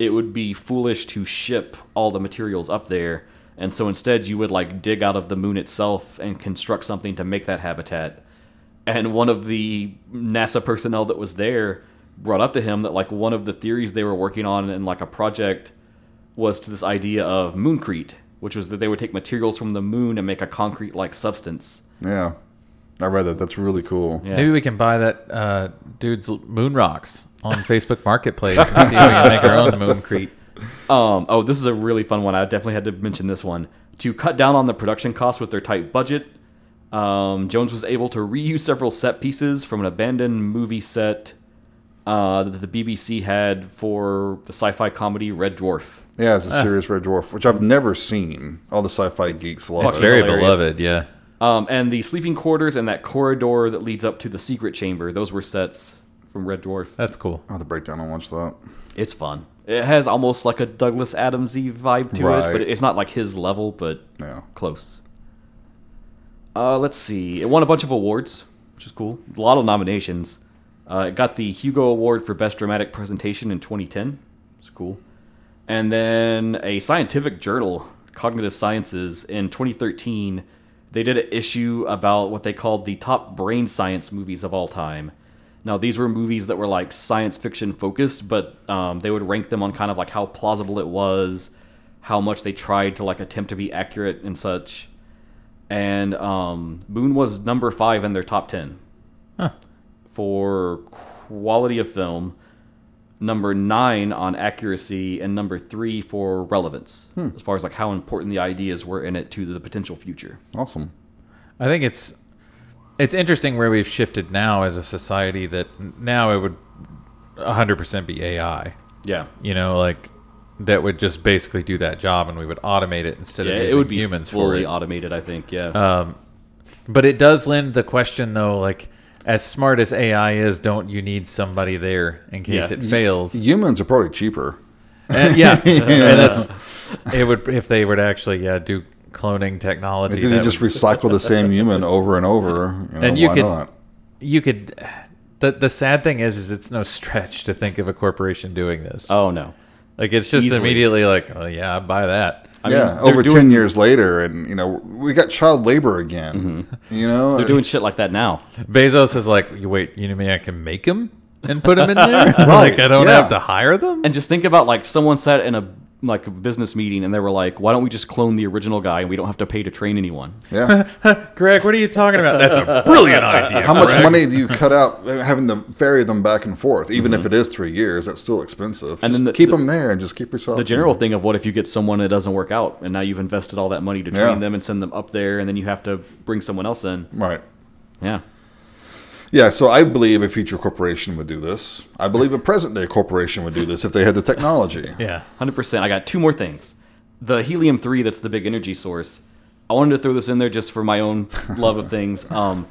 it would be foolish to ship all the materials up there And so instead, you would like dig out of the moon itself and construct something to make that habitat. And one of the NASA personnel that was there brought up to him that like one of the theories they were working on in like a project was to this idea of mooncrete, which was that they would take materials from the moon and make a concrete like substance. Yeah. I read that. That's really cool. Yeah. Maybe we can buy that uh, dude's moon rocks on Facebook Marketplace and see if we can make our own mooncrete. Um, oh, this is a really fun one. I definitely had to mention this one. To cut down on the production costs with their tight budget, um, Jones was able to reuse several set pieces from an abandoned movie set uh, that the BBC had for the sci fi comedy Red Dwarf. Yeah, it's a Eh. serious Red Dwarf, which I've never seen. All the sci-fi geeks love It's it. Very hilarious. beloved, yeah. Um, and the sleeping quarters and that corridor that leads up to the secret chamber, those were sets from Red Dwarf. That's cool. I'll have to break down and watch that. It's fun. It has almost like a Douglas Adamsy vibe to it, Right. but it's not like his level, but Yeah. close. Uh, let's see. It won a bunch of awards, which is cool. A lot of nominations. Uh, it got the Hugo Award for Best Dramatic Presentation in 2010. It's cool. And then a scientific journal, Cognitive Sciences, in 2013, they did an issue about what they called the top brain science movies of all time. Now, these were movies that were like science fiction focused, but um, they would rank them on kind of like how plausible it was, how much they tried to like attempt to be accurate and such. And um, Moon was number five in their top 10 for quality of film, number nine on accuracy, and number three for relevance, as far as like how important the ideas were in it to the potential future. Awesome. I think it's it's interesting where we've shifted now as a society that n- now it would 100% be AI. Yeah, You know, like that would just basically do that job and we would automate it instead yeah, of it using would be humans for fully it. automated. I think. Yeah, But it does lend the question though like as smart as AI is, don't you need somebody there in case Yeah. it fails? Humans are probably cheaper. [LAUGHS] And- yeah, and that's it would if they were to actually yeah do cloning technology. If they that just would- recycle the same [LAUGHS] human over and over, you know, And you why could- not? you could. The the sad thing is, is it's no stretch to think of a corporation doing this. oh no. like it's just easily. immediately like, oh yeah, I buy that. yeah, they're over doing- ten years later, and you know we got child labor again. Mm-hmm. You know, They're doing shit like that now. Bezos is like, you wait, you mean I can make them and put them [LAUGHS] in there? like I don't yeah. have to hire them. And just think about like someone sat in a like a business meeting and they were like, "Why don't we just clone the original guy and we don't have to pay to train anyone?" [LAUGHS] yeah. Greg, what are you talking about? That's a brilliant idea. How much Greg. [LAUGHS] money do you cut out uh, having to ferry them back and forth? Even if it is three years, that's still expensive. Mm-hmm. And just then the- keep the- them there and just keep yourself. the general thing of what if you get someone that doesn't work out and now you've invested all that money to train Yeah. them and send them up there and then you have to bring someone else in right. yeah Yeah, so I believe a future corporation would do this. I believe a present day corporation would do this if they had the technology. Yeah. 100% i got two more things the helium-3 that's the big energy source i wanted to throw this in there just for my own love of things um,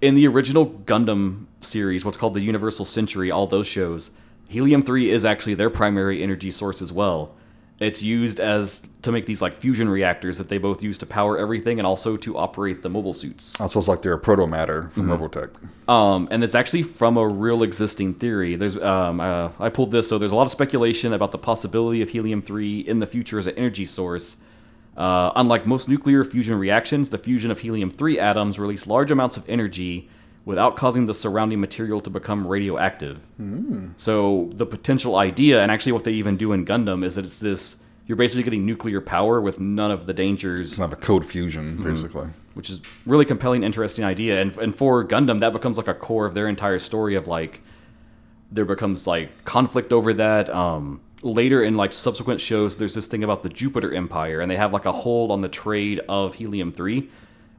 in the original gundam series what's called the universal century all those shows helium-3 is actually their primary energy source as well it's used as to make these like fusion reactors that they both use to power everything and also to operate the mobile suits Also, it's like they're a proto matter from Mm-hmm. Robotech. Um, and it's actually from a real existing theory. There's, um, uh, I pulled this, so there's a lot of speculation about the possibility of helium three in the future as an energy source. Uh, unlike most nuclear fusion reactions, the fusion of helium three atoms release large amounts of energy without causing the surrounding material to become radioactive. So the potential idea, and actually what they even do in Gundam, is that it's this. You're basically getting nuclear power with none of the dangers It's not a code fusion, Mm-hmm. basically. which is really compelling, interesting idea. And and for Gundam, that becomes like a core of their entire story of like there becomes like conflict over that. Um, later in like subsequent shows, there's this thing about the Jupiter Empire, and they have like a hold on the trade of helium three,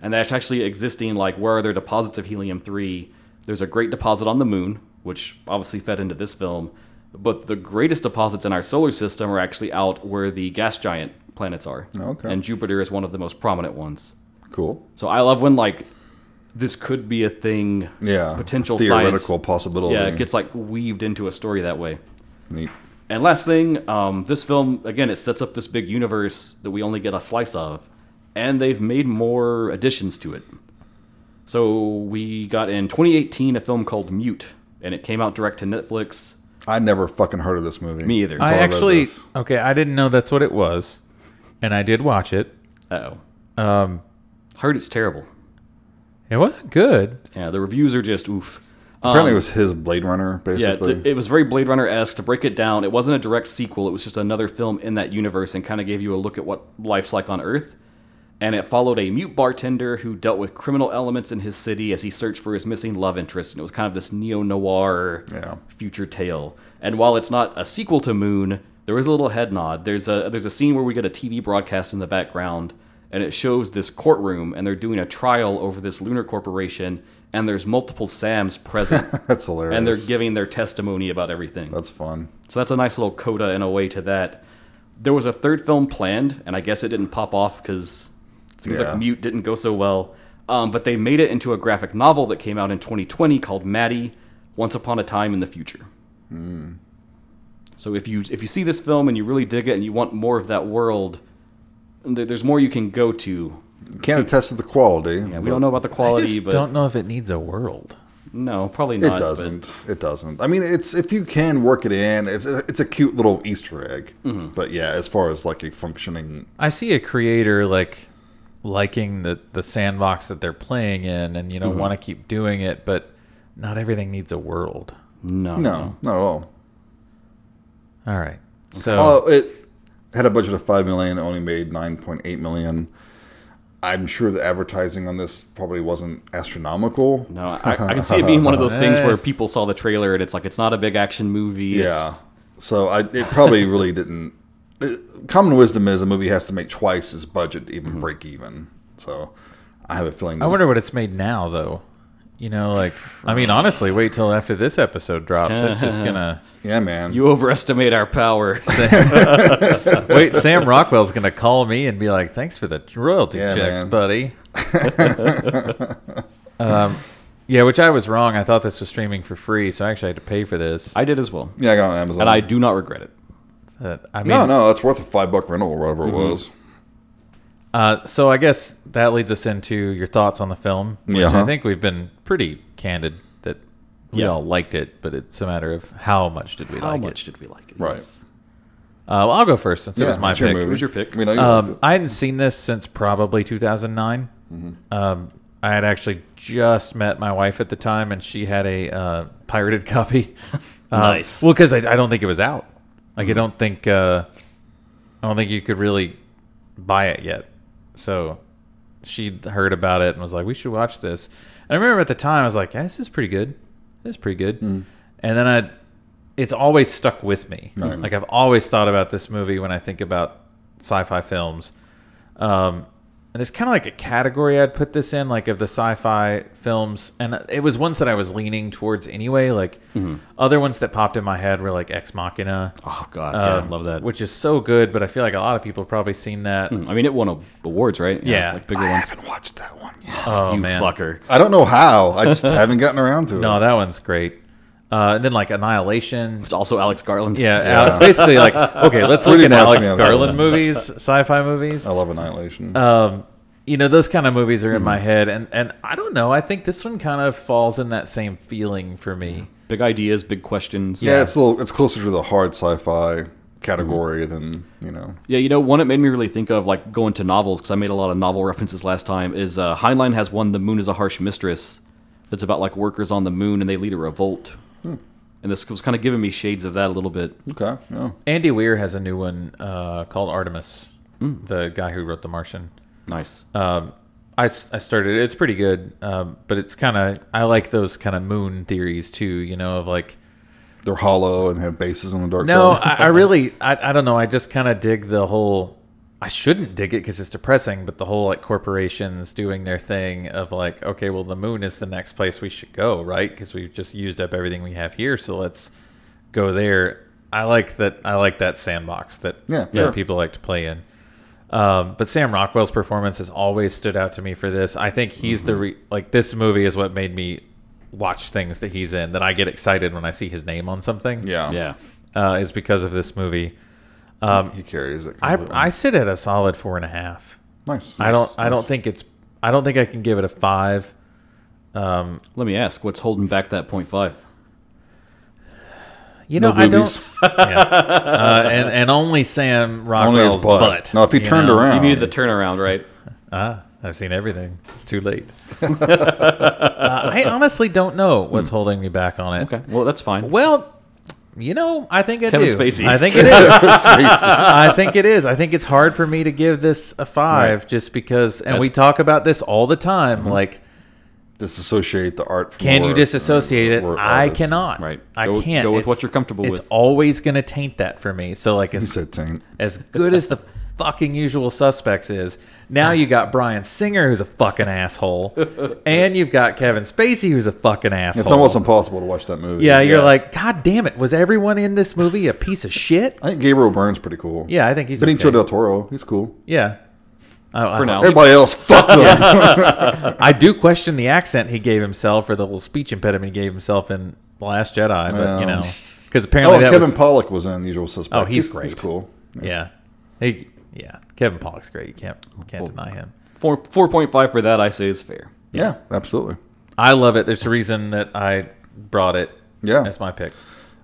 and that's actually existing. Like where are there deposits of helium three? There's a great deposit on the moon, which obviously fed into this film. But the greatest deposits in our solar system are actually out where the gas giant planets are. Okay. And Jupiter is one of the most prominent ones. Cool. So I love when like this could be a thing. Yeah. Potential theoretical science. possibility. Yeah, it gets like weaved into a story that way. Neat. And last thing, um, this film again, it sets up this big universe that we only get a slice of, and they've made more additions to it. So we got in 2018 a film called Mute, and it came out direct to Netflix. I never fucking heard of this movie. Me either. Until I read actually this. okay. I didn't know that's what it was, and I did watch it. Oh, Um, heard it's terrible. it wasn't good. Yeah, the reviews are just oof. Um, Apparently, it was his Blade Runner, yeah, basically. it, it was very Blade Runner esque. To break it down, it wasn't a direct sequel. It was just another film in that universe and kind of gave you a look at what life's like on Earth. And it followed a mute bartender who dealt with criminal elements in his city as he searched for his missing love interest. And it was kind of this neo noir Yeah. [LAUGHS] future tale. And while it's not a sequel to Moon, there is a little head nod. There's a there's a scene where we get a TV broadcast in the background, and it shows this courtroom, and they're doing a trial over this lunar corporation, and there's multiple Sams present That's hilarious. and they're giving their testimony about everything. That's fun. so that's a nice little coda in a way to that. There was a third film planned, and I guess it didn't pop off because it seems Yeah. like Mute didn't go so well. Um, but they made it into a graphic novel that came out in 2020 called Maddie: Once Upon a Time in the Future. Hmm. So if you if you see this film and you really dig it and you want more of that world, th- there's more you can go to. Can't attest to the quality. Yeah, we don't know about the I quality, just but don't know if it needs a world. no, probably It not. but- doesn't. It doesn't. I mean, it's if you can work it in, it's it's a cute little Easter egg. Mm-hmm. But yeah, as far as like a functioning, I see a creator like liking the the sandbox that they're playing in, and you know Mm-hmm. want to keep doing it, but not everything needs a world. no, no, not at all. All right, so Oh, it had a budget of five million, only made nine point eight million. I'm sure the advertising on this probably wasn't astronomical. No, I, I can see it being one of those [LAUGHS] things Eh. where people saw the trailer and it's like it's not a big action movie. it's- Yeah. So I, it [LAUGHS] probably really didn't. It, common wisdom is a movie has to make twice its budget to even Mm-hmm. break even. So I have a feeling. I this- wonder what it's made now, though. You know, like I mean, honestly, wait till after this episode drops. It's just [LAUGHS] gonna yeah, man. you overestimate our power. [LAUGHS] wait. Sam Rockwell's gonna call me and be like, "Thanks for the royalty Yeah, checks, man. [LAUGHS] buddy." um, yeah, which I was wrong. I thought this was streaming for free, so I actually had to pay for this. I did as well, yeah, I got it on Amazon. and I do not regret it. That- I mean, Mm-hmm. no, no, it's worth a five buck rental or whatever it was. Uh, so I guess that leads us into your thoughts on the film. Which Yeah. I think we've been pretty candid that we Yeah. all liked it, but it's a matter of how much did we How like much it. did we like it? Right. Yes. Uh, well, I'll go first since it was Yeah, my it's your pick. movie. Who's your pick? We know you liked Um, it. I hadn't seen this since probably 2009. Um, I had actually just met my wife at the time, and she had a uh, pirated [LAUGHS] copy. Uh, Nice. Well, because I, I don't think it was out. Like I don't think uh, I don't think you could really buy it yet. So she heard about it and was like, "We should watch this." And I remember at the time I was like, yeah, "This is pretty good. This is pretty good." And then I, it's always stuck with me. Right. Like I've always thought about this movie when I think about sci-fi films. Um, and there's kind of like a category I'd put this in, like of the sci-fi films, and it was ones that I was leaning towards anyway. Like other ones that popped in my head were like Ex Machina, Mm-hmm. Oh God, yeah, I um, love that. Mm-hmm. which is so good. But I feel like a lot of people have probably seen that. I mean, it won a- awards, right? Yeah. like bigger I ones. haven't watched that one yet. Oh you man, fucker. I don't know how. [LAUGHS] I just haven't gotten around to it. no, that one's great. Uh, and then like Annihilation, It's also Alex Garland. Yeah, Al- [LAUGHS] basically like okay, let's look Pretty at much, Alex yeah. Garland movies, sci-fi movies. Oh. I love Annihilation. Uh, You know, those kind of movies are in Mm-hmm. my head, and and I don't know. I think this one kind of falls in that same feeling for me. Big ideas, big questions. yeah, it's a little. It's closer to the hard sci-fi category Mm-hmm. than you know. Yeah, you know, one it made me really think of, like going to novels, because I made a lot of novel references last time, is uh, Heinlein has one, The Moon is a Harsh Mistress, that's about like workers on the moon and they lead a revolt. And this was kind of giving me shades of that a little bit. Okay. Yeah. Andy Weir has a new one uh, called Artemis, the guy who wrote The Martian. Nice. Um, I, s- I started. It's pretty good, um, but it's kind of I like those kind of moon theories too. You know, of like They're hollow and have bases on the dark No, side. I, I really, I, I don't know. I just kind of dig the whole. I shouldn't dig it because it's depressing, but the whole like corporations doing their thing of like, okay, well, the moon is the next place we should go, right? Because we've just used up everything we have here, so let's go there. I like that. I like that sandbox that Yeah, that sure. people like to play in. Um, but Sam Rockwell's performance has always stood out to me for this. I think he's Mm-hmm. the re- like this movie is what made me watch things that he's in that I get excited when I see his name on something [LAUGHS] yeah. Yeah. uh, is because of this movie. Um, He carries it. I completely. I sit at a solid four and a half. nice. I don't nice, I don't nice. think it's I don't think I can give it a five. Let me ask, what's holding back that point five? You No know, I boobies. don't. [LAUGHS] Yeah. Uh, and and only Sam Only his Rockwell's butt. butt. Now, if he you turned know? You around, needed the [LAUGHS] turnaround, right? Ah, I've seen everything. It's too [LAUGHS] late. uh, I honestly don't know what's holding me back on it. Okay. Well, that's fine. Well, you know, I think I Kevin do. Spacey. I [LAUGHS] think it is. Let's face it. I think it is. I think it's hard for me to give this a five just because, and we talk about this all the time. Like, disassociate the art. From can the you word. disassociate it? We're I artists. cannot. Right. I Go- can't. go with what you're comfortable it's with. always going to taint that for me. So, like, He as, said taint. as good as the fucking usual suspects is, now you got Brian Singer, who's a [LAUGHS] fucking asshole, and you've got Kevin Spacey, who's a fucking asshole. It's almost impossible to watch that movie. Yeah, you're Yeah. like, God damn it. Was everyone in this movie a piece of shit? I think Gabriel Byrne's pretty cool. Yeah, I think he's. Benicio okay. Oh, del Toro, he's cool. Yeah. I, For I, now. Everybody [LAUGHS] else, fuck them. I do question the accent he gave himself or the little speech impediment he gave himself in The Last Jedi, but you Well. know, because apparently oh, and that Kevin was, Pollock was in The Usual Suspects. Oh, he's He's great. cool. yeah, he, yeah, Kevin Pollock's great. You can't you can't deny him. Four four point five for that. I say is fair. Yeah, absolutely. I love it. There's a reason that I brought it. Yeah. as my [LAUGHS] pick.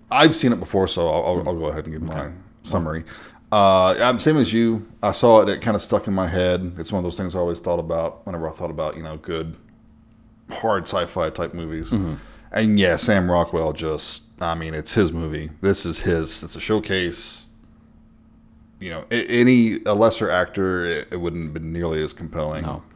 I've seen it before, so I'll, I'll, I'll go ahead and give my summary. Uh, I'm same as you. I saw it. It kind of stuck in my head. It's one of those things I always thought about whenever I thought about you know good, hard sci-fi type movies. And yeah, Sam Rockwell just. I mean, it's his movie. This is his. It's a showcase. You know, a- any a lesser actor, it, it wouldn't have been nearly as compelling. [LAUGHS]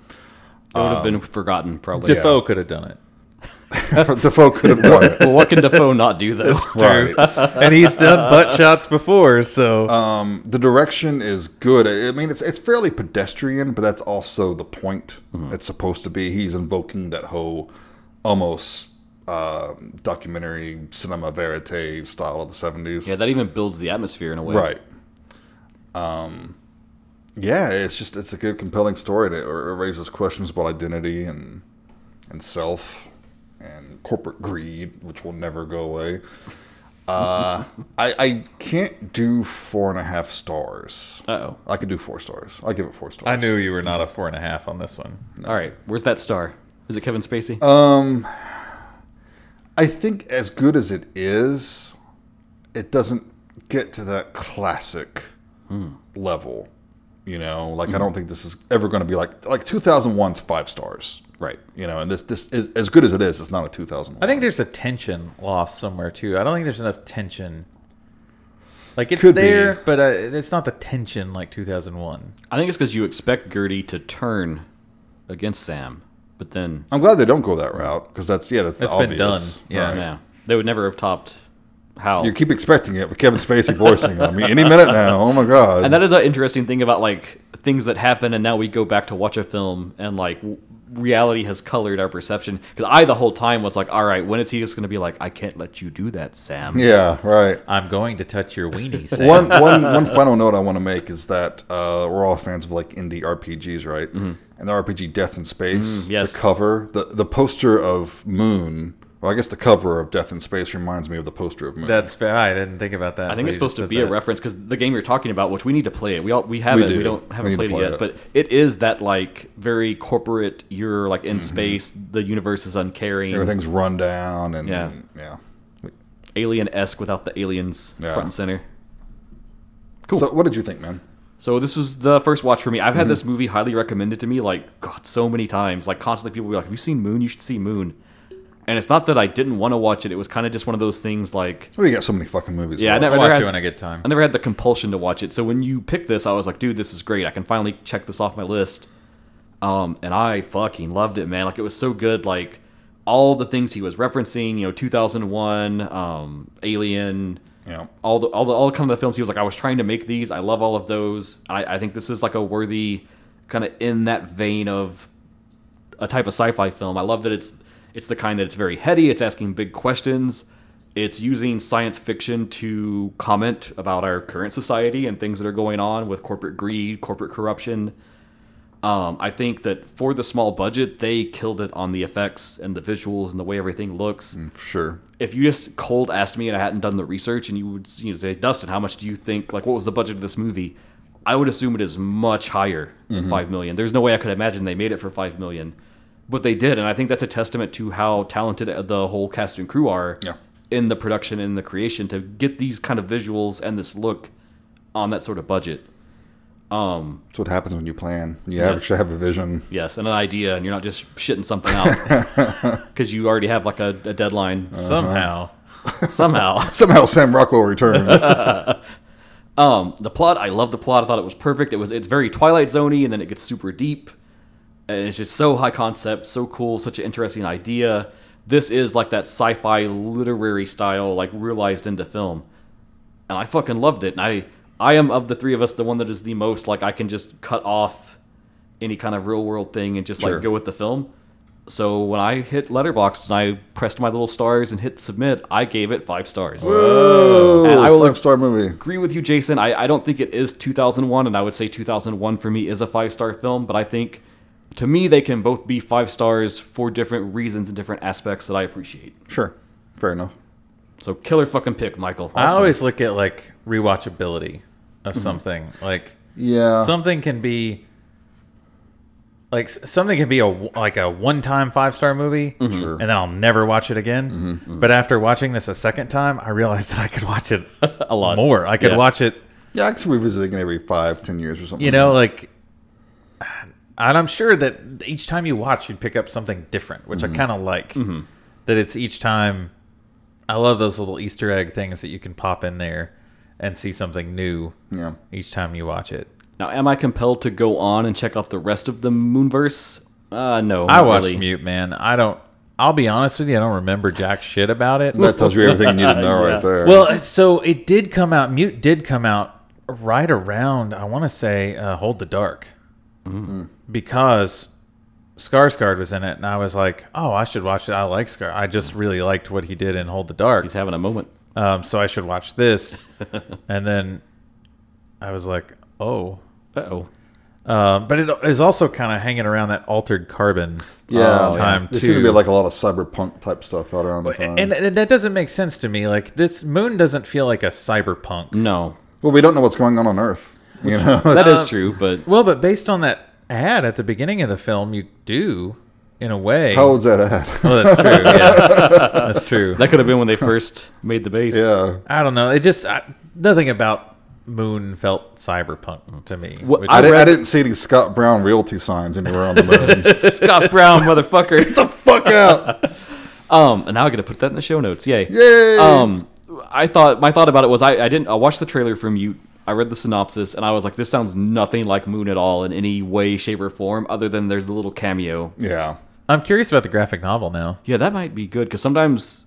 No. It would have been forgotten probably. Defoe could have done it, Defoe could have won [LAUGHS] it. Well, what can Defoe not do though? Right. and he's done butt [LAUGHS] shots before. So Um, the direction is good. I I mean, it's it's fairly pedestrian, but that's also the point. Mm-hmm. It's supposed to be. He's invoking that whole almost uh, documentary cinema verite style of the seventies. Yeah, that even builds the atmosphere in a way. right. Um, yeah, it's just it's a good, compelling story, and it, it raises questions about identity and and self and corporate greed, which will never go away. [LAUGHS] Uh, I, I can't do four and a half stars. Uh oh. I could do four stars. I give it four stars. I knew you were not a four and a half on this one. All right. Where's that star? Is it Kevin Uh, Spacey? Um, I think as good as it is, it doesn't get to that classic Hmm. level. You know, like I don't think this is ever going to be like like 2001's five stars. right. You know, and this this is as good as it is. It's not a 2001. I think there's a tension lost somewhere too. I don't think there's enough tension. Like it's Could be. there, but uh, it's not the tension like 2001. I think it's because you expect Gertie to turn against Sam, but then I'm glad they don't go that route because that's yeah that's the That's been obvious. done, yeah. right. yeah, they would never have topped how. You keep expecting it with Kevin Spacey voicing on me any minute now. Oh my god! And that is an interesting thing about like things that happen, and now we go back to watch a film, and like w- reality has colored our perception. Because I the whole time was like, all right, when is he just going to be like, I can't let you do that, Sam? yeah, right. I'm going to touch your [LAUGHS] weenie. Sam. [LAUGHS] one, one, one final note I want to make is that uh, we're all fans of like indie RPGs, right? And the RPG Death in Space, Mm-hmm. Mm, yes. the cover, the the poster of Moon, well, I guess the cover of Death in Space reminds me of the poster of Moon. That's fair. I didn't think about that. I think it's supposed to be a reference because the game you're talking about, which we need to play it. We all we have We it. do. We don't We haven't need to played play it yet, it. but it is that like very corporate. You're like Mm-hmm. in space. The universe is uncaring, Everything's run down and Yeah. yeah. alien esque without the aliens Yeah. front and center. Cool. So what did you think, man? So this was the first watch for me. I've had this movie highly recommended to me, like God, so many times. Like constantly, people be like, "Have you seen Moon? You should see Moon." And it's not that I didn't want to watch it. It was kind of just one of those things. Like We got so many fucking movies. Yeah, I Well, never- Uh-huh. I'll watch had- it when I get time. I never had the compulsion to watch it. So when you picked this, I was like, "Dude, this is great. I can finally check this off my list." Um, and I fucking loved it, man. Like it was so good. Like all the things he was referencing, you know, 2001, um, Alien, yeah. all the all the all kind of the films he was like, I was trying to make these. I love all of those. I, I think this is like a worthy kind of in that vein of a type of sci-fi film. I love that it's it's the kind that it's very heady. It's asking big questions. It's using science fiction to comment about our current society and things that are going on with corporate greed, corporate corruption. Um, I think that for the small budget, they killed it on the effects and the visuals and the way everything looks sure. if you just cold asked me and I hadn't done the research and you would you know, say, Dustin, how much do you think, like, what was the budget of this movie? I would assume it is much higher than five million. There's no way I could imagine they made it for five million, but they did, and I think that's a testament to how talented the whole uh, cast and crew are. Yeah. in the production and the creation to get these kind of visuals and this look on that sort of budget. Um, That's what happens when you plan. You have- actually have a vision. yes, and an idea, and you're not just shitting something out [LAUGHS] because you already have like a, a deadline Uh. somehow. somehow. Somehow Sam [LAUGHS] Rockwell returned. Um, the plot, I love the plot. I thought it was perfect. It was it's very Twilight Zoney, and then it gets super deep. And it's just so high concept, so cool, such an interesting idea. This is like that sci-fi literary style, like realized into film, and I fucking loved it. And I I am of the three of us the one that is the most like I can just cut off any kind of real world thing and just Sure. like go with the film. So when I hit Letterboxd and I pressed my little stars and hit submit, I gave it five stars And I Oh, will- five star movie. agree with you, Jason. I, I don't think it is 2001, and I would say 2001 for me is a five star film, but I think to me they can both be five stars for different reasons and different aspects that I appreciate. Sure, fair enough. So killer fucking pick, Michael. I always look at like rewatchability of Mm-hmm. something. Like Yeah, something can be like s- something can be a w- like a one-time five-star movie Sure. and then I'll never watch it again. But after watching this a second time, I realized that I could watch it [LAUGHS] a lot more. I could Yeah. watch it, yeah. I can revisit it every five, ten years or something. you Mm-hmm. know, like and I'm sure that each time you watch you'd pick up something different, Mm-hmm. which I kind of like. That it's each time I love those little Easter egg things that you can pop in there and see something new Yeah. each time you watch it. Now, am I compelled to go on and check out the rest of the Moonverse? Uh, no. I not watched really. Mute, man. I don't. I'll be honest with you. I don't remember jack shit about it. That tells you everything [LAUGHS] you need to know right there. well, uh, so it did come out. Mute did come out right around. I want to say uh, Hold the Dark, Mm. because Skarsgård was in it, and I was like, oh, I should watch it. I like Scar. I just really liked what he did in Hold the Dark, He's having a moment. um, so I should watch [LAUGHS] this. and then I was like, oh. Uh oh. Um, but it is also kind of hanging around that altered carbon yeah, oh, uh, time There too. seemed to be like a lot of cyberpunk type stuff out around the time. and, and that doesn't make sense to me. Like this moon doesn't feel like a cyberpunk. No. well, we don't know what's going on on Earth. You know, That is true, but Well, but based on that ad at the beginning of the film, you do in a way. how old's that at? [LAUGHS] Oh, that's true. Yeah, that's true. that could have been when they first made the base. yeah, I don't know. It just I, nothing about moon felt cyberpunk to me. What- which- I, I didn't, I read- didn't see any Scott Brown realty signs anywhere on the moon. [LAUGHS] Get [LAUGHS] Scott Brown, motherfucker. the fuck out! Um, and now I gotta put that in the show notes. Yay. Yay! Um, [LAUGHS] I thought my thought about it was I, I didn't I watched the trailer from you. I read the synopsis and I was like, this sounds nothing like Moon at all in any way, shape, or form, other than there's the little cameo. yeah, I'm curious about the graphic novel now. Yeah, that might be good because sometimes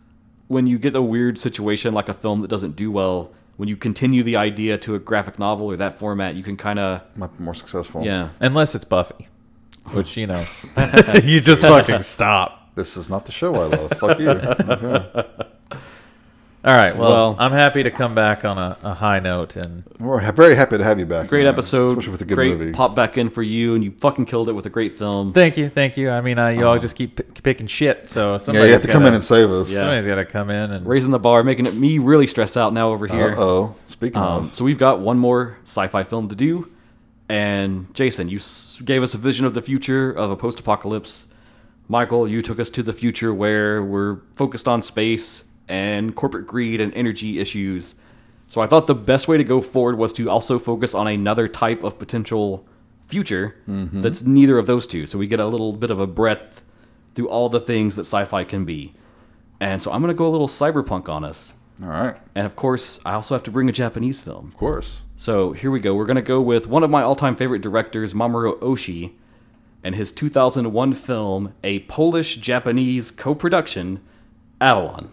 when you get a weird situation like a film that doesn't do well, when you continue the idea to a graphic novel or that format, you can kind of might be more successful. yeah. Unless it's Buffy, which you [LAUGHS] know, you just fucking stop. This is not the show I love. Fuck [LAUGHS] you. Okay. All right. Well, Well- I'm happy to come back on a, a high note and We're ha- very happy to have you back. Great man. episode, especially with a good great movie. pop back in for you, and you fucking killed it with a great film. Thank you, thank you. I mean, uh, you all just keep p- picking shit, so yeah, somebody you have to come in and save us. Yeah. somebody's got to come in and Raising the bar, making it me really stress out now over here. Uh oh. Speaking Um, of, so we've got one more sci-fi film to do, and Jason, you s- gave us a vision of the future of a post-apocalypse. Michael, you took us to the future where we're focused on space and corporate greed and energy issues. So I thought the best way to go forward was to also focus on another type of potential future that's neither of those two. So we get a little bit of a breadth through all the things that sci-fi can be. And so I'm going to go a little cyberpunk on us. all right, And of course, I also have to bring a Japanese film. of course. So here we go. We're going to go with one of my all time favorite directors, Mamoru Oshii, and his 2001 film, a Polish Japanese co production, Avalon.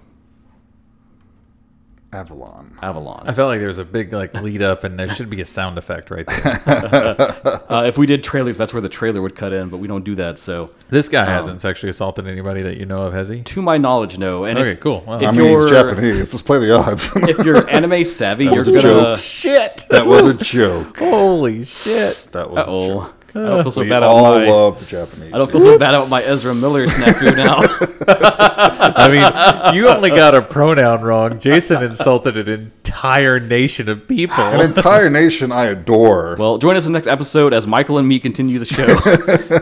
Avalon. I Avalon. felt like there was a big like lead up, and there should be a sound effect right there. Uh, if we did trailers, that's where the trailer would cut in, but we don't do that. So, [LAUGHS] This guy hasn't sexually assaulted anybody that you know of, has he? to my knowledge, no. And Okay, if, cool. Wow. if I mean, you're- he's Japanese. Let's play the odds. [LAUGHS] [LAUGHS] if you're anime savvy, you're was a going joke. to. [LAUGHS] [LAUGHS] Shit! that was a joke. Holy shit! That was Uh a joke. oh. I don't feel so bad about All my. love the Japanese. I don't feel so bad about my Ezra Miller snafu [LAUGHS] now. I mean, you only got a pronoun wrong. Jason insulted an entire nation of [LAUGHS] An people. entire nation I adore. well, join us in the next episode as Michael and me continue the [LAUGHS] show.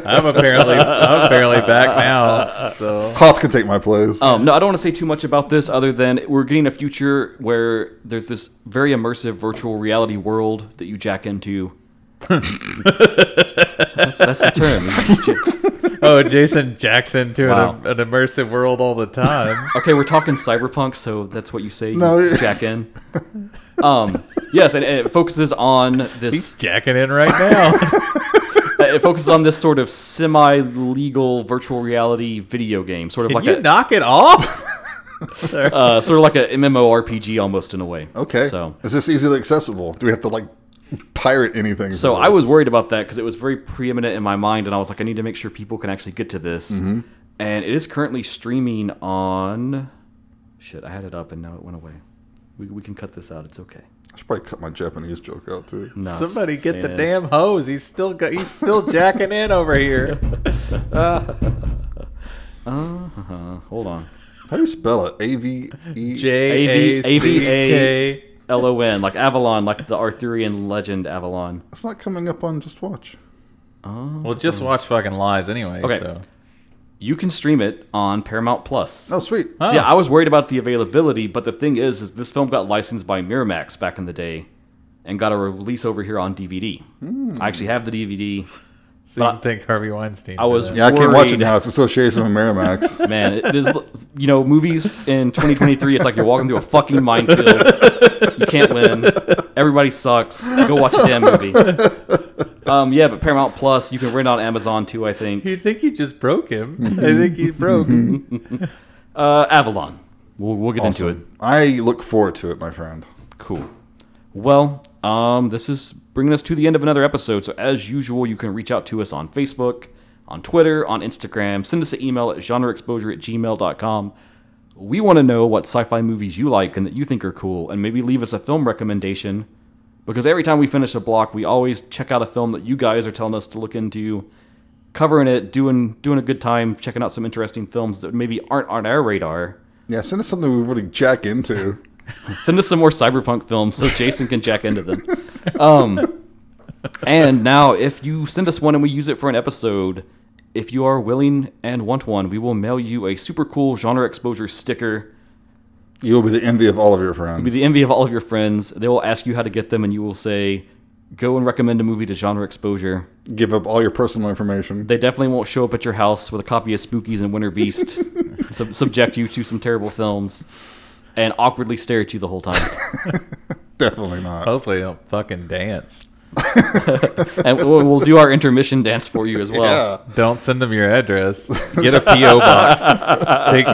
I'm apparently I'm apparently back now. So Hoth can take my place. Um, no, I don't want to say too much about this other than we're getting a future where there's this very immersive virtual reality world that you jack into. that's, that's the term. oh, Jason Jackson to Wow. an, an immersive world all the time. Okay, we're talking cyberpunk, so that's what you say. You No, it- jack in. Um, yes, and, and it focuses on He's this. uh, jacking in [LAUGHS] right now. It focuses on this sort of semi-legal virtual reality video game, sort of like you a knock [LAUGHS] it off. uh, sort of like a MMORPG almost in a way. okay. so Is this easily accessible? Do we have to like pirate anything? So for I was this? worried about that because it was very preeminent in my mind, and I was like, I need to make sure people can actually get to this. Mm-hmm. And it is currently streaming on. Shit, I had it up and now it went away. We, we can cut this out. It's okay. I should probably cut my Japanese joke out too. No, it's Somebody get the staying in. damn hose. He's still got, he's still jacking in [LAUGHS] over here. Uh, hold on. How do you spell it? A V E. J A C K. L O N, like Avalon, like the Arthurian legend Avalon. It's not coming up on Just Watch. Well, just watch fucking lies anyway. Okay. So. You can stream it on Paramount Plus. Oh, sweet. So, yeah, I was worried about the availability, but the thing is, is this film got licensed by Miramax back in the day, and got a release over here on DVD. Hmm. I actually have the DVD. So you But can thank Harvey Weinstein. I for was that. Yeah, I can't watch it worried. now. It's Association of Merrimax. Man, it, this, you know, movies in 2023, it's like you're walking through a fucking minefield. You can't win. Everybody sucks. Go watch a damn movie. Um, yeah, but Paramount Plus, you can rent on Amazon too. I think You think you just broke him? I think he broke. uh, Avalon. We'll, we'll get [LAUGHS] into it. Awesome. I look forward to it, my friend. Cool. Well, um, this is bringing us to the end of another episode. So, as usual, you can reach out to us on Facebook, on Twitter, on Instagram. Send us an email at genreexposure at gmail.com. We want to know what sci fi movies you like and that you think are cool, and maybe leave us a film recommendation. Because every time we finish a block, we always check out a film that you guys are telling us to look into, covering it, doing doing a good time, checking out some interesting films that maybe aren't on our radar. Yeah, send us something we really jack into. Send us some more cyberpunk films so Jason can jack into them. Um, and now, if you send us one and we use it for an episode, if you are willing and want one, we will mail you a super cool genre exposure sticker. You'll be the envy of all of your friends. Be the envy of all of your friends. They will ask you how to get them, and you will say, "Go and recommend a movie to genre exposure." Give up all your personal information. They definitely won't show up at your house with a copy of Spookies and Winter Beast, [LAUGHS] sub- subject you to some terrible films, and awkwardly stare at you the whole time. Definitely not. Hopefully, he'll fucking dance. and we'll, we'll do our intermission dance for you as well. yeah. Don't send him your address. [LAUGHS] Get a PO box. [LAUGHS] Take,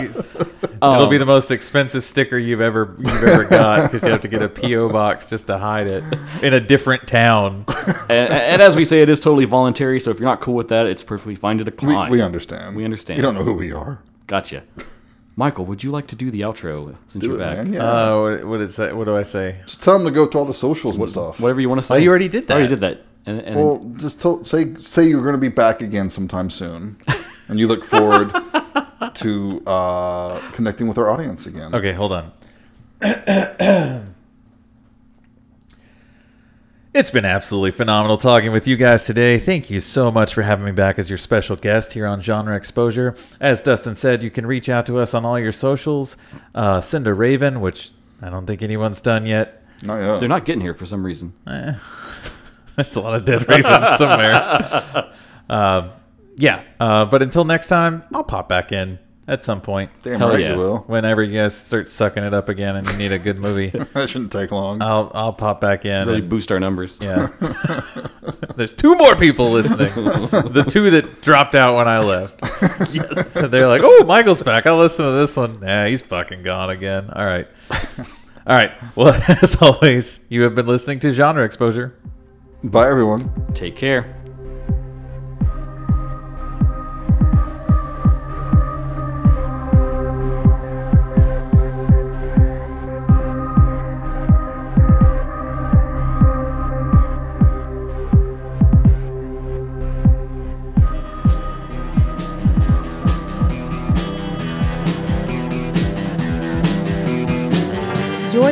it'll be the most expensive sticker you've ever you've ever got because you have to get a PO box just to hide it in a different town. and, and as we say, it is totally voluntary. So if you're not cool with that, it's perfectly fine to We, decline. we understand. We understand. You don't know who we are. Gotcha. Michael, would you like to do the outro since Do you're it, back? man. Yeah. [LAUGHS] Uh, what, what, is that, what do I say? just tell them to go to all the socials and stuff. Whatever you want to say. Oh, you already did I already that. did that. And, and Well, just tell, say say you're going to be back again sometime soon, and you [LAUGHS] look forward to uh, connecting with our audience again. Okay, hold on. [CLEARS THROAT] it's been absolutely phenomenal talking with you guys today. Thank you so much for having me back as your special guest here on Genre Exposure. As Dustin said, you can reach out to us on all your socials. Uh, send a raven, which I don't think anyone's done yet. Eh, Not yet. they're not getting here for some reason. [LAUGHS] There's a lot of dead ravens somewhere. Um, yeah, uh, but until next time, I'll pop back in at some point. Damn Hell right yeah. you will. Whenever you guys start sucking it up again and you need a good movie. That shouldn't take Uh, long. I'll I'll pop back in. Really and- boost our numbers. yeah. There's two more people listening. the two that dropped out when I left. Yes. [LAUGHS] They're like, "Oh, Michael's back. I'll listen to this one." Nah, he's fucking gone again. All right. All right. Well, [LAUGHS] as always, you have been listening to Genre Exposure. Bye, everyone. Take care. You're